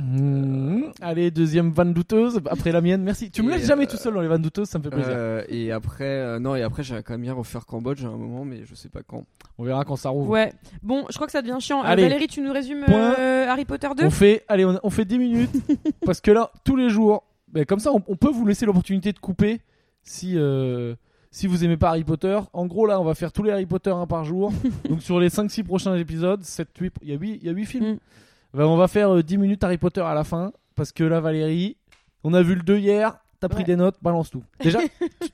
Mmh. Allez deuxième vanne douteuse après la mienne. Merci. Tu me
Et,
laisses jamais
euh,
tout seul dans les vannes douteuses, ça me fait plaisir.
Euh, et après, euh, non, et après, j'avais quand même bien refaire Cambodge à un moment, mais je sais pas quand.
On verra quand ça rouvre.
Ouais. Bon, je crois que ça devient chiant. Euh,
Allez.
Valérie, tu nous résumes
Point.
euh, Harry Potter 2
on fait, allez, on, on fait 10 minutes parce que là tous les jours, ben, comme ça on, on peut vous laisser l'opportunité de couper si euh, si vous aimez pas Harry Potter. En gros là on va faire tous les Harry Potter un par jour. Donc sur les 5-6 prochains épisodes, 7, 8, il y a 8, il y a 8 films.
Mm.
Ben, on va faire euh, 10 minutes Harry Potter à la fin. Parce que là, Valérie, on a vu le 2 hier. T'as pris
Ouais.
des notes, balance tout. Déjà, tu-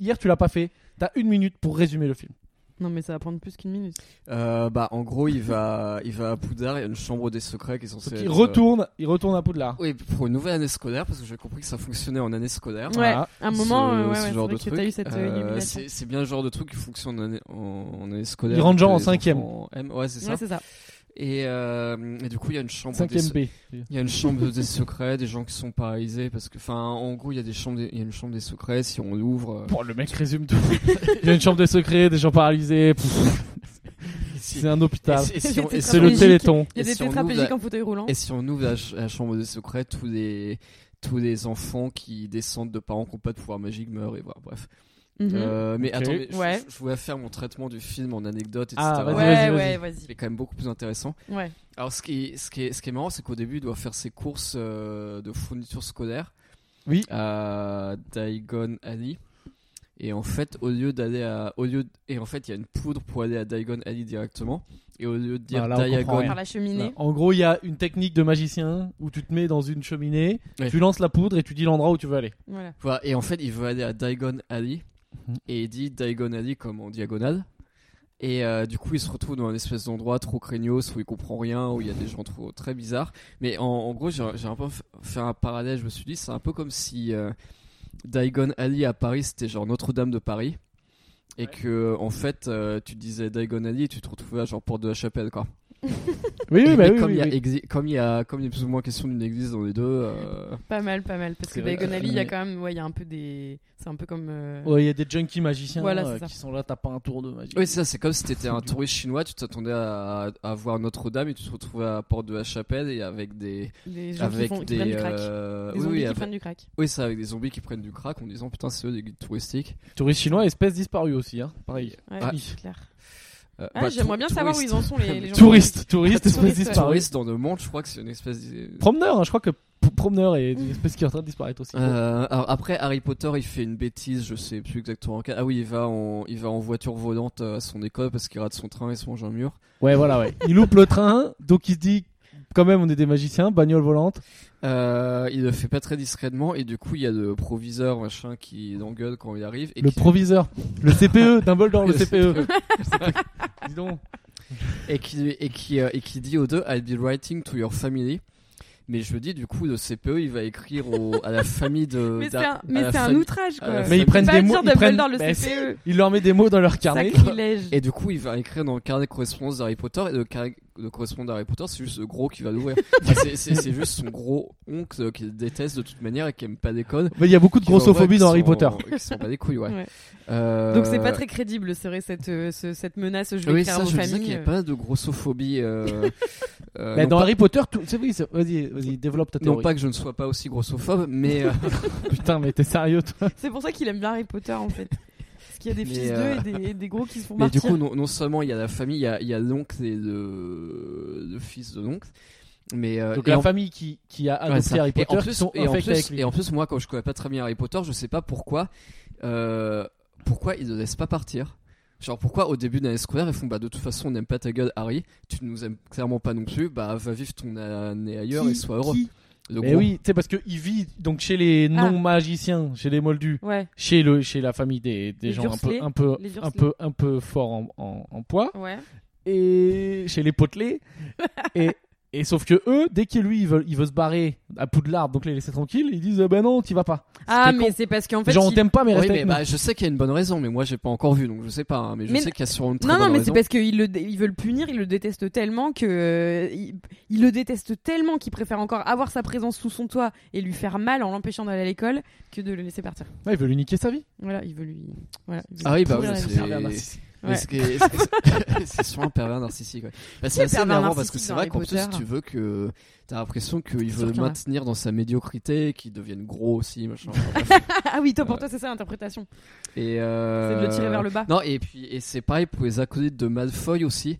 hier, tu l'as pas fait. T'as une minute pour résumer le film.
Non, mais ça va prendre plus qu'une minute.
Euh, bah, en gros, il va, il va à Poudlard, il y a une chambre des secrets qui est censée.
Donc, il
être, euh,
retourne, il retourne à Poudlard.
Oui, pour une nouvelle année scolaire, parce que j'ai compris que ça fonctionnait en année scolaire.
Ouais,
Voilà.
un moment,
Ah, Ce-
euh, ouais, ouais,
ce
c'est
genre
vrai
de
que
truc.
t'as eu cette euh,
Euh,
illumination.
c'est c'est bien le genre de truc qui fonctionne en année, en, en année scolaire.
Il rentre genre
que
en
les
cinquième.
enfants aiment. Ouais, c'est ça.
Ouais, c'est ça.
Et, euh, et du coup, il y a une chambre. des
5ème
se-
B.
Il y a une chambre des secrets, des gens qui sont paralysés parce que, enfin, en gros, il y a des chambres, des- il y a une chambre des secrets. Si on l'ouvre, euh,
Bon, le mec résume tout. il y a une chambre de secret, des gens paralysés. pff,
si-
C'est un hôpital.
et si- et si on- et si
C'est le
on-
téléthon.
Il y a
Et
des
si on ouvre
tétraplégiques
la-
en fauteuil roulant.
Et si on ouvre la, ch- la chambre des secrets, tous les tous les enfants qui descendent de parents qui n'ont pas de pouvoir magique meurent et voilà, bref.
Mhm.
Euh, mais
Ok.
attends, mais je-
Ouais.
je, je voulais faire mon traitement du film en anecdote, etc.
Ah, vas-y,
Ouais,
vas-y, vas-y.
ouais, vas-y.
Il est quand même beaucoup plus intéressant.
Ouais.
Alors ce qui ce qui est, ce qui est marrant, c'est qu'au début, il doit faire ses courses euh, de fourniture scolaire
Oui.
à Daigon Alley. Et en fait, au lieu d'aller à au lieu et en fait, il y a une poudre pour aller à Daigon Alley directement. Et au lieu de dire
Ah, là, on comprend
Diagon
rien.
Par la cheminée.
En gros, il y a une technique de magicien où tu te mets dans une cheminée,
Ouais.
tu lances la poudre et tu dis l'endroit où tu veux aller.
Voilà.
Voilà, et en fait, il veut aller à Diagon Alley.
Mhm.
Et il dit Diagon Alley comme en diagonale. Et euh, du coup, il se retrouve dans un espèce d'endroit trop craignos où il comprend rien, où il y a des gens trop, très bizarres. Mais en, en gros, j'ai j'ai un peu f- fait un parallèle. Je me suis dit, c'est un peu comme si euh, Diagon Alley à Paris, c'était genre Notre-Dame de Paris. Et que, en fait, euh, tu disais Diagon Alley et tu te retrouvais à genre Porte de la Chapelle, quoi.
Oui,
Et-
oui, bah
mais
oui,
comme
oui,
il y a
oui.
exi- comme il y a, comme il y a plus ou moins question d'une église dans les deux. euh,
Pas mal, pas mal. Parce que
C'est vrai
Diagon
que-
Alley, il y a quand même, ouais, il y a un peu des. C'est un peu comme. euh,
Ouais, il y a des junkies magiciens
Voilà,
euh,
c'est ça.
qui sont là, t'as pas un tour de magie.
Oui, c'est ça, c'est comme si t'étais un touriste chinois, tu t'attendais à, à voir Notre-Dame et tu te retrouvais à la porte de la chapelle et avec des.
Des gens qui,
Avec
font, qui
des.
prennent du crack.
euh,
Des
oui,
zombies
oui,
qui
avec-
prennent du crack.
oui, ça, avec des zombies qui prennent du crack en disant putain, c'est eux des guides touristiques.
Touriste chinois, espèce disparue aussi, hein. Pareil.
Ouais,
Ah.
c'est clair.
Euh,
Ah,
bah,
j'aimerais
tou-
bien savoir où ils en sont, les, les gens.
Touriste, touriste, espèce
Touriste, ouais.
disparue.
Touriste dans le monde, je crois que c'est une espèce. de-
Promeneur, hein, je crois que p- promeneurs et des espèces qui sont en train de disparaître aussi.
Euh, alors après, Harry Potter, il fait une bêtise, je sais plus exactement en quel- Ah oui, il va en, il va en voiture volante à son école parce qu'il rate son train et se mange un mur.
Ouais, voilà, ouais. Il loupe le train, donc il se dit quand même on est des magiciens, bagnole volante.
Euh, il le fait pas très discrètement et du coup, il y a le proviseur machin qui l'engueule quand il arrive. Et
le
qui-
proviseur, le E, CPE, Dumbledore, Oh, le
Le E.
CPE. Dis donc.
et qui et qui euh, et qui dit aux deux I'll be writing to your family mais je me dis du coup le CPE il va écrire au- à la famille de
Mais c'est
d'A-
un, mais
à Euh, la
c'est un
famille-
outrage
à
quoi.
la
Mais ils
famille-
prennent
Pas
des
dire
mots, ils
Dumbledore,
prennent,
le E.
bah,
CPE.
il leur met des mots dans leur carnet.
Sacrilège.
et du coup il va écrire dans le carnet de correspondance d'Harry Potter et le carnet de correspondance d'Harry Potter c'est juste le gros qui va l'ouvrir Enfin, c'est- c'est c'est juste son gros oncle qu'il déteste de toute manière et qui aime pas des codes
Mais il y a beaucoup de
qui l'envoie,
grossophobie
qui
dans Harry
s'en-
Potter.
qui s'en bat des couilles ouais,
Ouais.
Euh,
Donc c'est pas très crédible, c'est vrai, cette, euh, ce- cette menace, je vais
oui,
écrire
ça,
à euh. vos
je me disais qu'il
familles.
n'y a pas de grossophobie. euh, euh,
Bah,
non
dans
pas-
Harry Potter, tout... c'est oui, c'est- vas-y, vas-y, développe ta
non
théorie.
pas que je ne sois pas aussi grossophobe, mais euh,
Putain, mais t'es sérieux toi
C'est pour ça qu'il aime bien Harry Potter en fait. Parce qu'il y a des
Mais,
fils
euh,
d'eux et des, et des gros qui se font
Mais du
martyrs.
coup, non, non seulement il y a la famille, il y a, il y a l'oncle et le, le fils de l'oncle, mais euh,
Donc
et
la
en-
famille qui, qui a
ouais,
adopté
ça.
Harry
Et en
Potter,
plus-
qui sont
et en
infectés
plus-
avec lui.
Et en plus, moi, quand je connais pas très bien Harry Potter, je sais pas pourquoi, euh, pourquoi ils ne laissent pas partir. Genre pourquoi au début de l'année scolaire ils font bah de toute façon on n'aime pas ta gueule Harry, tu nous aimes clairement pas non plus, bah va vivre ton année ailleurs
Qui-
et sois heureux.
qui-
Le
Mais
gros.
oui, c'est parce que il vit donc chez les
Ah.
non magiciens, chez les Moldus,
Ouais,
chez le chez la famille des, des
Les
gens
Dursley.
un peu un peu
Les Dursley.
un peu un peu fort en, en- en poids
ouais.
et chez les potelés et et sauf que eux, dès que lui, il veut, il veut se barrer à Poudlard, donc les laisser tranquilles, ils disent, eh ben non, t'y vas pas.
Ah,
C'était
mais
con.
c'est parce qu'en fait.
Genre, on
il-
t'aime pas, mais
Oui,
reste
mais
avec
bah, je sais qu'il y a une bonne raison, mais moi j'ai pas encore vu, donc je sais pas. hein, mais je
Mais-
sais qu'il y a sûrement une très
Non, non,
bonne
mais c'est
raison.
parce qu'ils le, dé- ils veulent punir, ils le détestent tellement que. euh, ils ils le détestent tellement qu'ils préfèrent encore avoir sa présence sous son toit et lui faire mal en l'empêchant d'aller à l'école que de le laisser partir.
nous. Ouais, il veut lui niquer sa vie.
Voilà, il veut lui. Voilà, il veut
Ah oui, bah
pourrir
oui,
la
c'est-
vie.
Pervers narcissique.
Ouais.
Mais ce qui est- c'est- C'est souvent un pervers narcissique. ouais. Bah, c'est
est
assez
pervers
énervant parce que
narcissique
c'est
dans
vrai
Harry
qu'en plus,
Potter
tu veux que. T'as l'impression qu'il
sûr
veut
qu'il y en a.
maintenir dans sa médiocrité, qu'il devienne gros aussi, machin.
Ah oui,
Euh,
toi, pour toi, c'est ça l'interprétation.
et euh,
C'est de le tirer vers le bas.
Non, et puis et c'est pareil pour les acolytes de Malfoy aussi.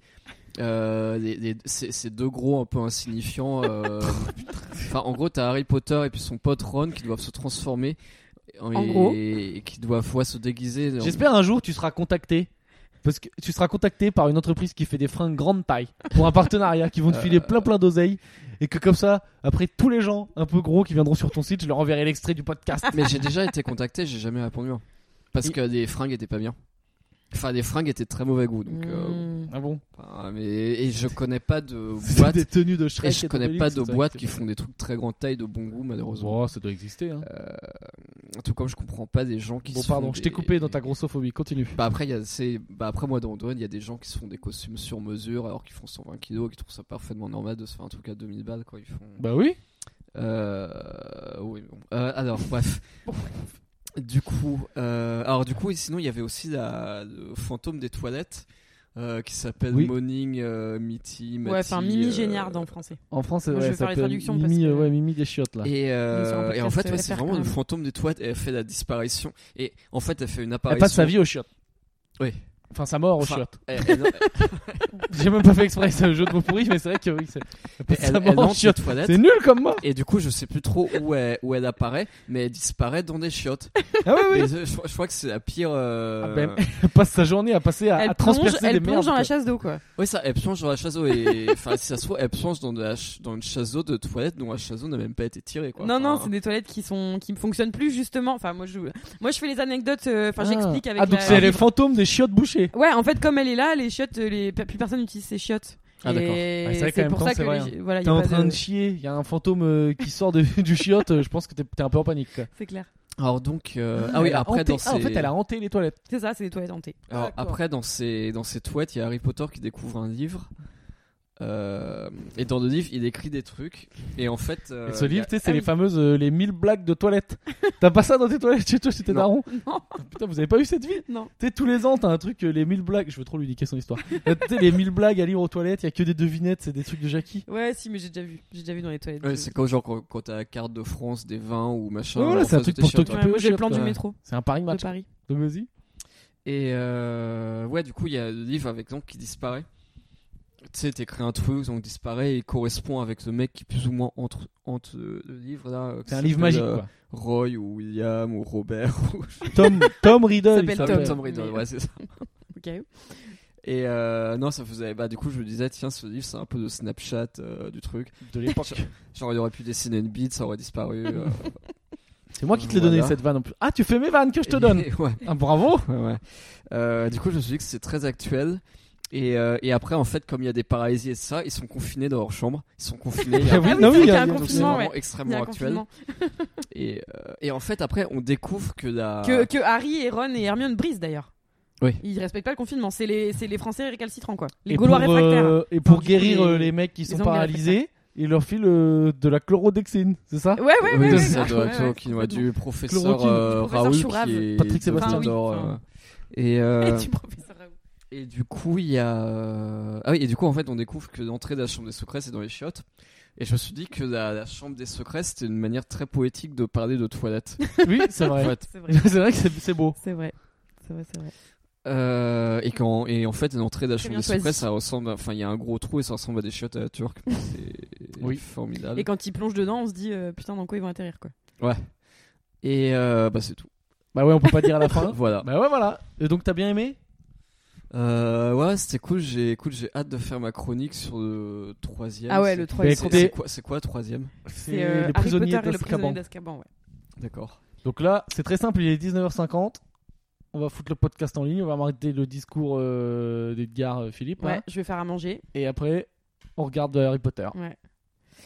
Euh, les- les- ces ces deux gros un peu insignifiants. euh, Enfin, en gros, t'as Harry Potter et puis son pote Ron qui doivent se transformer. et,
gros.
et qui doivent ouais, se déguiser. en-
J'espère un jour tu seras contacté. Parce que tu seras contacté par une entreprise qui fait des fringues grande taille pour un partenariat qui vont
Euh.
te filer plein plein d'oseilles et que comme ça, après tous les gens un peu gros qui viendront sur ton site, je leur enverrai l'extrait du podcast.
Mais j'ai déjà été contacté, j'ai jamais répondu. hein. Parce
Et-
que les fringues étaient pas bien. Enfin, les fringues étaient de très mauvais goût. Donc, euh,
Hmm.
Ah bon
enfin, mais, et je connais pas de
C'est
boîte.
des tenues de
Et
Shrek.
je connais pas de boîtes qui font des trucs très grande taille de bon goût, malheureusement.
Oh, ça doit exister. Hein.
Tout comme je comprends pas des gens qui
Bon,
se
pardon,
font
je t'ai
des-
coupé dans ta grossophobie. Continue.
Bah après, il y a ces- bah après, moi, dans Doren, il y a des gens qui se font des costumes sur mesure alors qu'ils font 120 kilos et qui trouvent ça parfaitement normal de se faire un truc à 2000 balles. Quoi. Ils font...
Bah oui.
Euh, oui, bon. Euh, alors, bref. Du coup, euh, alors du coup, et sinon, il y avait aussi la, le fantôme des toilettes euh, qui s'appelle
Oui.
Morning euh, Mitty.
Ouais,
Matty,
enfin,
euh,
Mimi Géniarde en français.
En France,
Moi, je
ouais,
vais
ça
faire les
peut-
traductions parce
Mimi,
que-
euh, ouais, Mimi des chiottes là.
Et, euh,
Ils sont un podcast
et en fait, ouais,
FR
c'est
quand
vraiment le
même.
fantôme des toilettes. Elle fait la disparition. Et en fait, elle fait une
Elle
apparition.
passe sa vie aux chiottes.
Oui.
Enfin, sa mort aux
Enfin,
chiottes.
Elle, elle,
J'ai même pas fait exprès ce jeu de mots pourris, mais c'est vrai que oui, c'est. elle passe
elle-
sa
elle
mort aux
entre les
chiottes.
toilettes.
C'est nul comme moi.
Et du coup, je sais plus trop où elle, où elle apparaît, mais elle disparaît dans des chiottes.
Ah oui,
Mais je, je- je crois que c'est la pire. euh,
Ah ben, Elle passe sa journée à passer à,
Elle
à
plonge,
transpercer
elle
des
plonge
merdes.
dans la
quoi.
chasse d'eau, quoi.
Oui, ça, elle plonge dans la chasse d'eau et. Enfin, si ça se trouve, elle plonge dans, de la ch- dans une chasse d'eau de toilette dont la chasse d'eau n'a même pas été tirée, quoi.
Non, non,
Enfin,
c'est des toilettes qui sont qui ne fonctionnent plus justement. Enfin, moi je moi je fais les anecdotes. euh, Enfin,
Ah.
j'explique avec.
Ah, donc
la-
c'est les fantômes des chiottes bouchées.
Ouais, en fait, comme elle est là, les chiottes, euh, les plus personne n'utilise ses chiottes.
Ah,
Et
d'accord.
Ah, c'est vrai quand
c'est
même,
pour
quand
ça
c'est
que
vrai, hein.
les- voilà, il y
T'es
a
en
pas
train
de-
de chier, il y a un fantôme euh, qui sort de- du chiotte, euh, je pense que t'es t'es un peu en panique. quoi.
C'est clair.
Alors donc. euh, Ah oui,
Elle a
après
hanté-
dans
ah, en
ces-
fait, elle a hanté les toilettes.
C'est ça, c'est des toilettes hantées.
Alors,
D'accord.
après, dans ces, dans ces toilettes, il y a Harry Potter qui découvre un livre. euh, Et dans le livre, il écrit des trucs. Et en fait. euh,
Et ce
il y a-
livre, tu sais, c'est
ah
les
oui.
fameuses euh, les 1000 blagues de toilettes. T'as pas ça dans tes toilettes chez toi, chez tes
Non.
darons
Non.
Putain, vous avez pas eu cette vie
Non.
Tu sais, tous les ans, t'as un truc, euh, les 1000 blagues. Je veux trop lui niquer son histoire. Euh, tu sais, les 1000 blagues à lire aux toilettes, il y a que des devinettes, c'est des trucs de Jackie.
Ouais, si, mais j'ai déjà vu. J'ai déjà vu dans les toilettes.
Ouais,
de-
c'est comme genre quand, quand t'as la carte de France, des vins ou machin.
Ouais, voilà,
en
c'est un
face
truc
de tes
pour te-
chiottes.
tu
Ouais,
peux
moi j'ai le
chiottes,
plan du
ouais.
métro
C'est un pari
de
match.
Paris.
Donc vas-y.
Et euh, ouais, du coup, il y a le livre avec donc qui disparaît. tu sais, t'écris un truc, donc disparaît, et il correspond avec le mec qui plus ou moins entre, entre euh, le livre là. euh, qui
C'est un livre
s'appelle,
magique,
euh,
quoi.
Roy ou William ou Robert ou je
Tom, Tom Riddle.
s'appelle
il
sais pas,
s'appelle.
Tom.
Tom Riddle,
mais-
ouais, c'est ça.
Ok.
Et euh, non, ça faisait. Bah, du coup, je me disais, tiens, ce livre, c'est un peu de Snapchat euh, du truc.
De l'époque.
Genre, il aurait pu dessiner une bite, ça aurait disparu. euh,
C'est moi qui te l'ai donné
Voilà.
cette vanne en plus. Ah, tu fais mes vannes que je te
et-
donne.
ouais.
Ah, bravo.
Ouais, ouais. Euh, du coup, je me suis dit que c'est très actuel. Et, euh, et après, en fait, comme il y a des paralysies et ça, ils sont confinés dans leur chambre. Ils sont confinés. il y a-
Ah oui,
Ah
non,
oui, c'est vrai
oui,
qu'il y
il y
a un
a-
donc c'est
confinement,
vraiment
ouais. Il y
extrêmement
a un
actuel.
confinement.
Et, euh, et en fait, après, on découvre que
Ah.
la.
Que, que Harry et Ron et Hermione brisent d'ailleurs.
Oui.
Ils respectent pas le confinement. C'est les, c'est les Français récalcitrants, quoi. Les
Et
Gaulois
pour,
réfractaires.
euh, et pour
Enfin, du coup,
guérir
les-
euh, les mecs qui
les
sont
Anglais
paralysés, ils leur filent euh, de la chlorodoxine, c'est ça
Ouais, ouais, ouais.
oui,
ouais,
c'est
ouais,
de-
ouais, ouais,
qui nous a du professeur
Chloroquine.
euh,
Du professeur
Raoul
Chourave.
qui est
Patrick Sébastien.
Enfin, oui.
Enfin.
et, euh,
Du professeur Raoult.
et du coup il y a euh, ah oui et du coup en fait on découvre que l'entrée de la chambre des secrets c'est dans les chiottes et je me suis dit que la, la chambre des secrets c'était une manière très poétique de parler de toilettes
Oui, c'est
en
vrai.
fait.
C'est vrai.
c'est vrai que c'est c'est beau.
C'est vrai. C'est vrai, c'est vrai.
Euh, et quand et en fait l'entrée de la
Très
chambre
bien
des secrets
choisi.
ça ressemble à- enfin il y a un gros trou et ça ressemble à des chiottes à la turque c'est
Oui.
formidable
Et quand ils plongent dedans, on se dit euh, putain, dans quoi ils vont atterrir, quoi.
et euh, bah c'est tout
Bah ouais, on peut pas dire à la fin.
voilà
Bah ouais, voilà. Et donc t'as bien aimé
Euh, ouais, c'était cool. J'ai, écoute, j'ai hâte de faire ma chronique sur le troisième.
Ah ouais,
C'est-
le
Mais
c'est-
troisième.
écoutez-
C'est quoi, c'est quoi troisième
C'est
C'est euh,
les
Harry
prisonniers
Potter et le
d'Azkaban.
prisonnier d'Azkaban, ouais.
D'accord.
Donc là, c'est très simple, il est 19h50. On va foutre le podcast en ligne, on va arrêter le discours euh, d'Edgar euh, Philippe.
Ouais,
hein.
je vais faire à manger.
et après, on regarde euh, Harry Potter.
Ouais.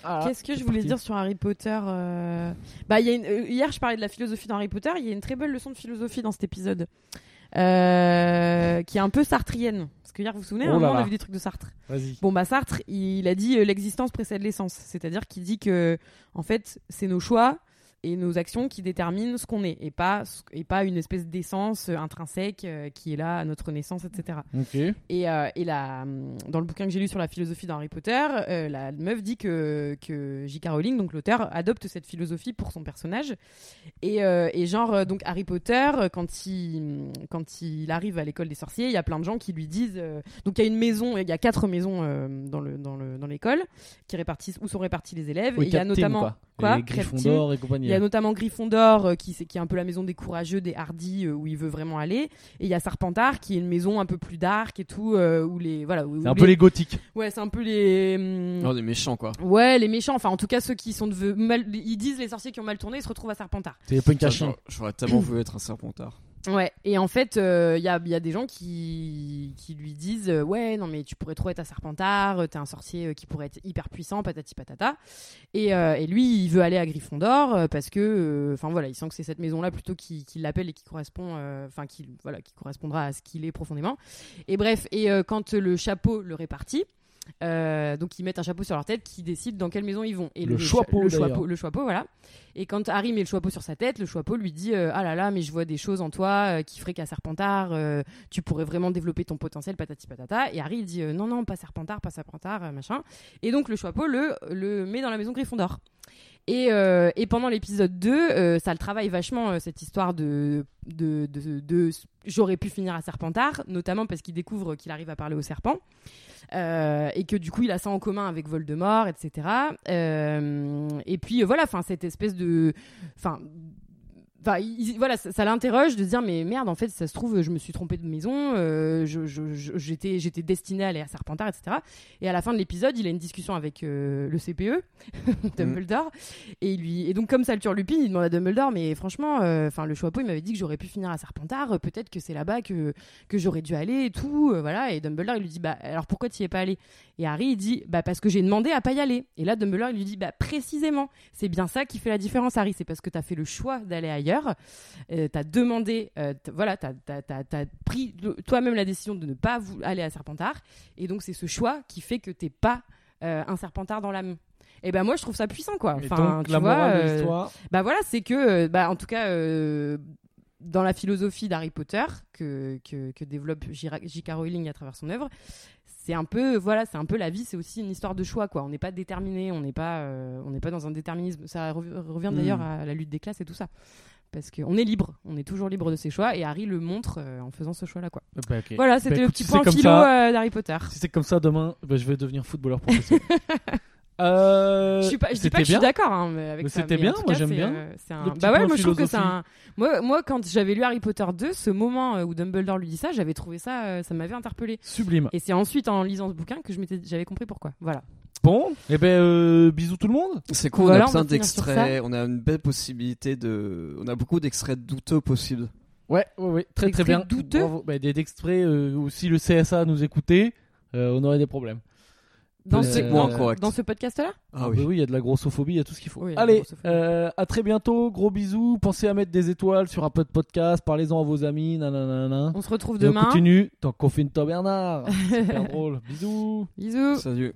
Ah,
Qu'est-ce que
c'est
je voulais
parti.
dire sur Harry Potter euh, Bah, il y a une- euh, hier, je parlais de la philosophie dans Harry Potter. Il y a une très belle leçon de philosophie dans cet épisode, euh, qui est un peu sartrienne. Parce que hier, vous vous souvenez, à un
Oh là
moment, on
là.
a vu des trucs de Sartre.
Vas-y.
Bon, bah Sartre, il a dit euh, l'existence précède l'essence, c'est-à-dire qu'il dit que en fait, c'est nos choix et nos actions qui déterminent ce qu'on est, et pas et pas une espèce d'essence euh, intrinsèque euh, qui est là à notre naissance, etc.
Ok.
Et, euh, et la, hum, dans le bouquin que j'ai lu sur la philosophie d'Harry Potter, euh, la meuf dit que, que J.K. Rowling, donc l'auteur, adopte cette philosophie pour son personnage. Et, euh, et genre, euh, donc Harry Potter, euh, quand il, hum, quand il arrive à l'école des sorciers, il y a plein de gens qui lui disent. euh, donc il y a une maison, il y a quatre maisons euh, dans l'école le, dans le, dans l'école qui répartissent où sont répartis les élèves.
Oui,
et il y a
Captain,
notamment.
quoi.
quoi
Les
Captain.
Griffons d'or et compagnie.
Il y a notamment Gryffondor euh, qui, c'est- qui est un peu la maison des courageux, des hardis euh, où il veut vraiment aller. Et il y a Serpentard qui est une maison un peu plus dark et tout euh, où les voilà. où- où
C'est un peu les Oh. gothiques.
Ouais, c'est un peu les. hum,
Non, des méchants quoi.
Ouais, les méchants. Enfin, en tout cas, ceux qui sont de... mal... ils disent les sorciers qui ont mal tourné, ils se retrouvent à Serpentard.
C'est les punks à
Putain,
chiens.
j'aurais- J'aurais tellement voulu être un serpentard.
Ouais. Et en fait, euh, il y, a, il y a des gens qui, qui lui disent euh, ouais, non mais tu pourrais trop être à Serpentard, euh, t'es un sorcier euh, qui pourrait être hyper puissant, patati patata. Et, euh, et lui, il veut aller à Gryffondor euh, parce que, euh, enfin voilà, il sent que c'est cette maison-là plutôt qui, qui l'appelle et qui correspond, euh, enfin qui, voilà, qui correspondra à ce qu'il est profondément. Et bref, et euh, quand le chapeau le répartit, euh, donc ils mettent un chapeau sur leur tête qui décide dans quelle maison ils vont. Et
Le
le,
choixpeau,
le
d'ailleurs.
choixpeau, le choixpeau, voilà. Et quand Harry met le chapeau sur sa tête, le chapeau lui dit euh, Ah là là, mais je vois des choses en toi euh, qui feraient qu'à Serpentard, euh, tu pourrais vraiment développer ton potentiel, patati patata. Et Harry il dit euh, Non, non, pas Serpentard, pas Serpentard, euh, machin. Et donc le chapeau le, le met dans la maison Gryffondor. Et, euh, et pendant l'épisode 2, euh, ça le travaille vachement, euh, cette histoire de, de, de- de- j'aurais pu finir à Serpentard, notamment parce qu'il découvre qu'il arrive à parler au serpent, euh, et que du coup il a ça en commun avec Voldemort, etc. Euh, et puis euh, voilà, enfin cette espèce de... Enfin, Enfin, il- voilà, ça, ça l'interroge de se dire mais merde en fait ça se trouve je me suis trompé de maison, euh, je- je- je- j'étais j'étais destiné à aller à Serpentard etc. Et à la fin de l'épisode il a une discussion avec euh, le CPE Dumbledore et il lui et donc comme ça le Lupin il demande à Dumbledore mais franchement euh, enfin le Choixpeau il m'avait dit que j'aurais pu finir à Serpentard euh, peut-être que c'est là-bas que que j'aurais dû aller et tout euh, voilà et Dumbledore il lui dit bah alors pourquoi tu y es pas allé et Harry il dit bah parce que j'ai demandé à pas y aller et là Dumbledore il lui dit bah précisément c'est bien ça qui fait la différence, Harry. C'est parce que tu as fait le choix d'aller ailleurs. Euh, tu as demandé, euh, t- voilà, tu as, pris le- toi-même la décision de ne pas vou- aller à Serpentard. Et donc, c'est ce choix qui fait que t'es pas euh, un Serpentard dans l'âme. Et ben moi je trouve ça puissant quoi.
Et
Enfin,
donc,
tu
la
vois,
morale de
euh,
l'histoire.
bah voilà, c'est que, euh, bah, en tout cas, euh, dans la philosophie d'Harry Potter que, que, que développe Jira- J.K. Rowling à travers son œuvre, c'est un peu, voilà, c'est un peu la vie, c'est aussi une histoire de choix, quoi. On n'est pas déterminé, on n'est pas, euh, on n'est pas dans un déterminisme. Ça re- revient d'ailleurs
Mm.
à la lutte des classes et tout ça. Parce qu'on est libre, on est toujours libre de ses choix, et Harry le montre euh, en faisant ce choix-là. quoi.
Bah, ok.
Voilà, c'était le
écoute,
petit
si
point
c'est comme
philo
ça-
euh, d'Harry Potter.
Si c'est comme ça, demain, bah, je vais devenir footballeur professionnel. Euh,
Je, suis pas, je dis pas
c'était
que je suis
bien.
d'accord hein, mais avec
Mais
ça,
c'était
mais
bien,
en tout
moi,
cas,
j'aime
c'est,
bien.
euh, c'est un-
Le petit
Bah ouais,
point
moi je trouve que c'est
philosophie.
un. Moi, moi quand j'avais lu Harry Potter 2, ce moment euh, où Dumbledore lui dit ça, j'avais trouvé ça, euh, ça m'avait interpellé.
Sublime.
Et c'est ensuite en lisant ce bouquin que je m'étais, j'avais compris pourquoi. Voilà.
Bon, et ben euh, bisous tout le monde.
C'est cool,
Voilà,
on
on
a plein
va finir sur
d'extraits, on a une belle possibilité de. On a beaucoup d'extraits douteux possibles.
Ouais, ouais, ouais, très très
Extraits
bien.
douteux.
Bravo. Bah, des extraits euh, où si le CSA nous écoutait, euh, on aurait des problèmes.
Dans ce,
Politiquement
dans-
incorrect.
dans ce podcast-là
Ah
Bah oui, il y a de la grossophobie, il y a tout ce qu'il faut.
Oui, il y a de la
Allez,
grossophobie.
euh, à très bientôt, gros bisous. Pensez à mettre des étoiles sur un peu de podcast, parlez-en à vos amis, nanana.
On se retrouve
Et on
demain.
continue dans Confine-toi Bernard. Super drôle. Bisous.
Bisous.
Salut.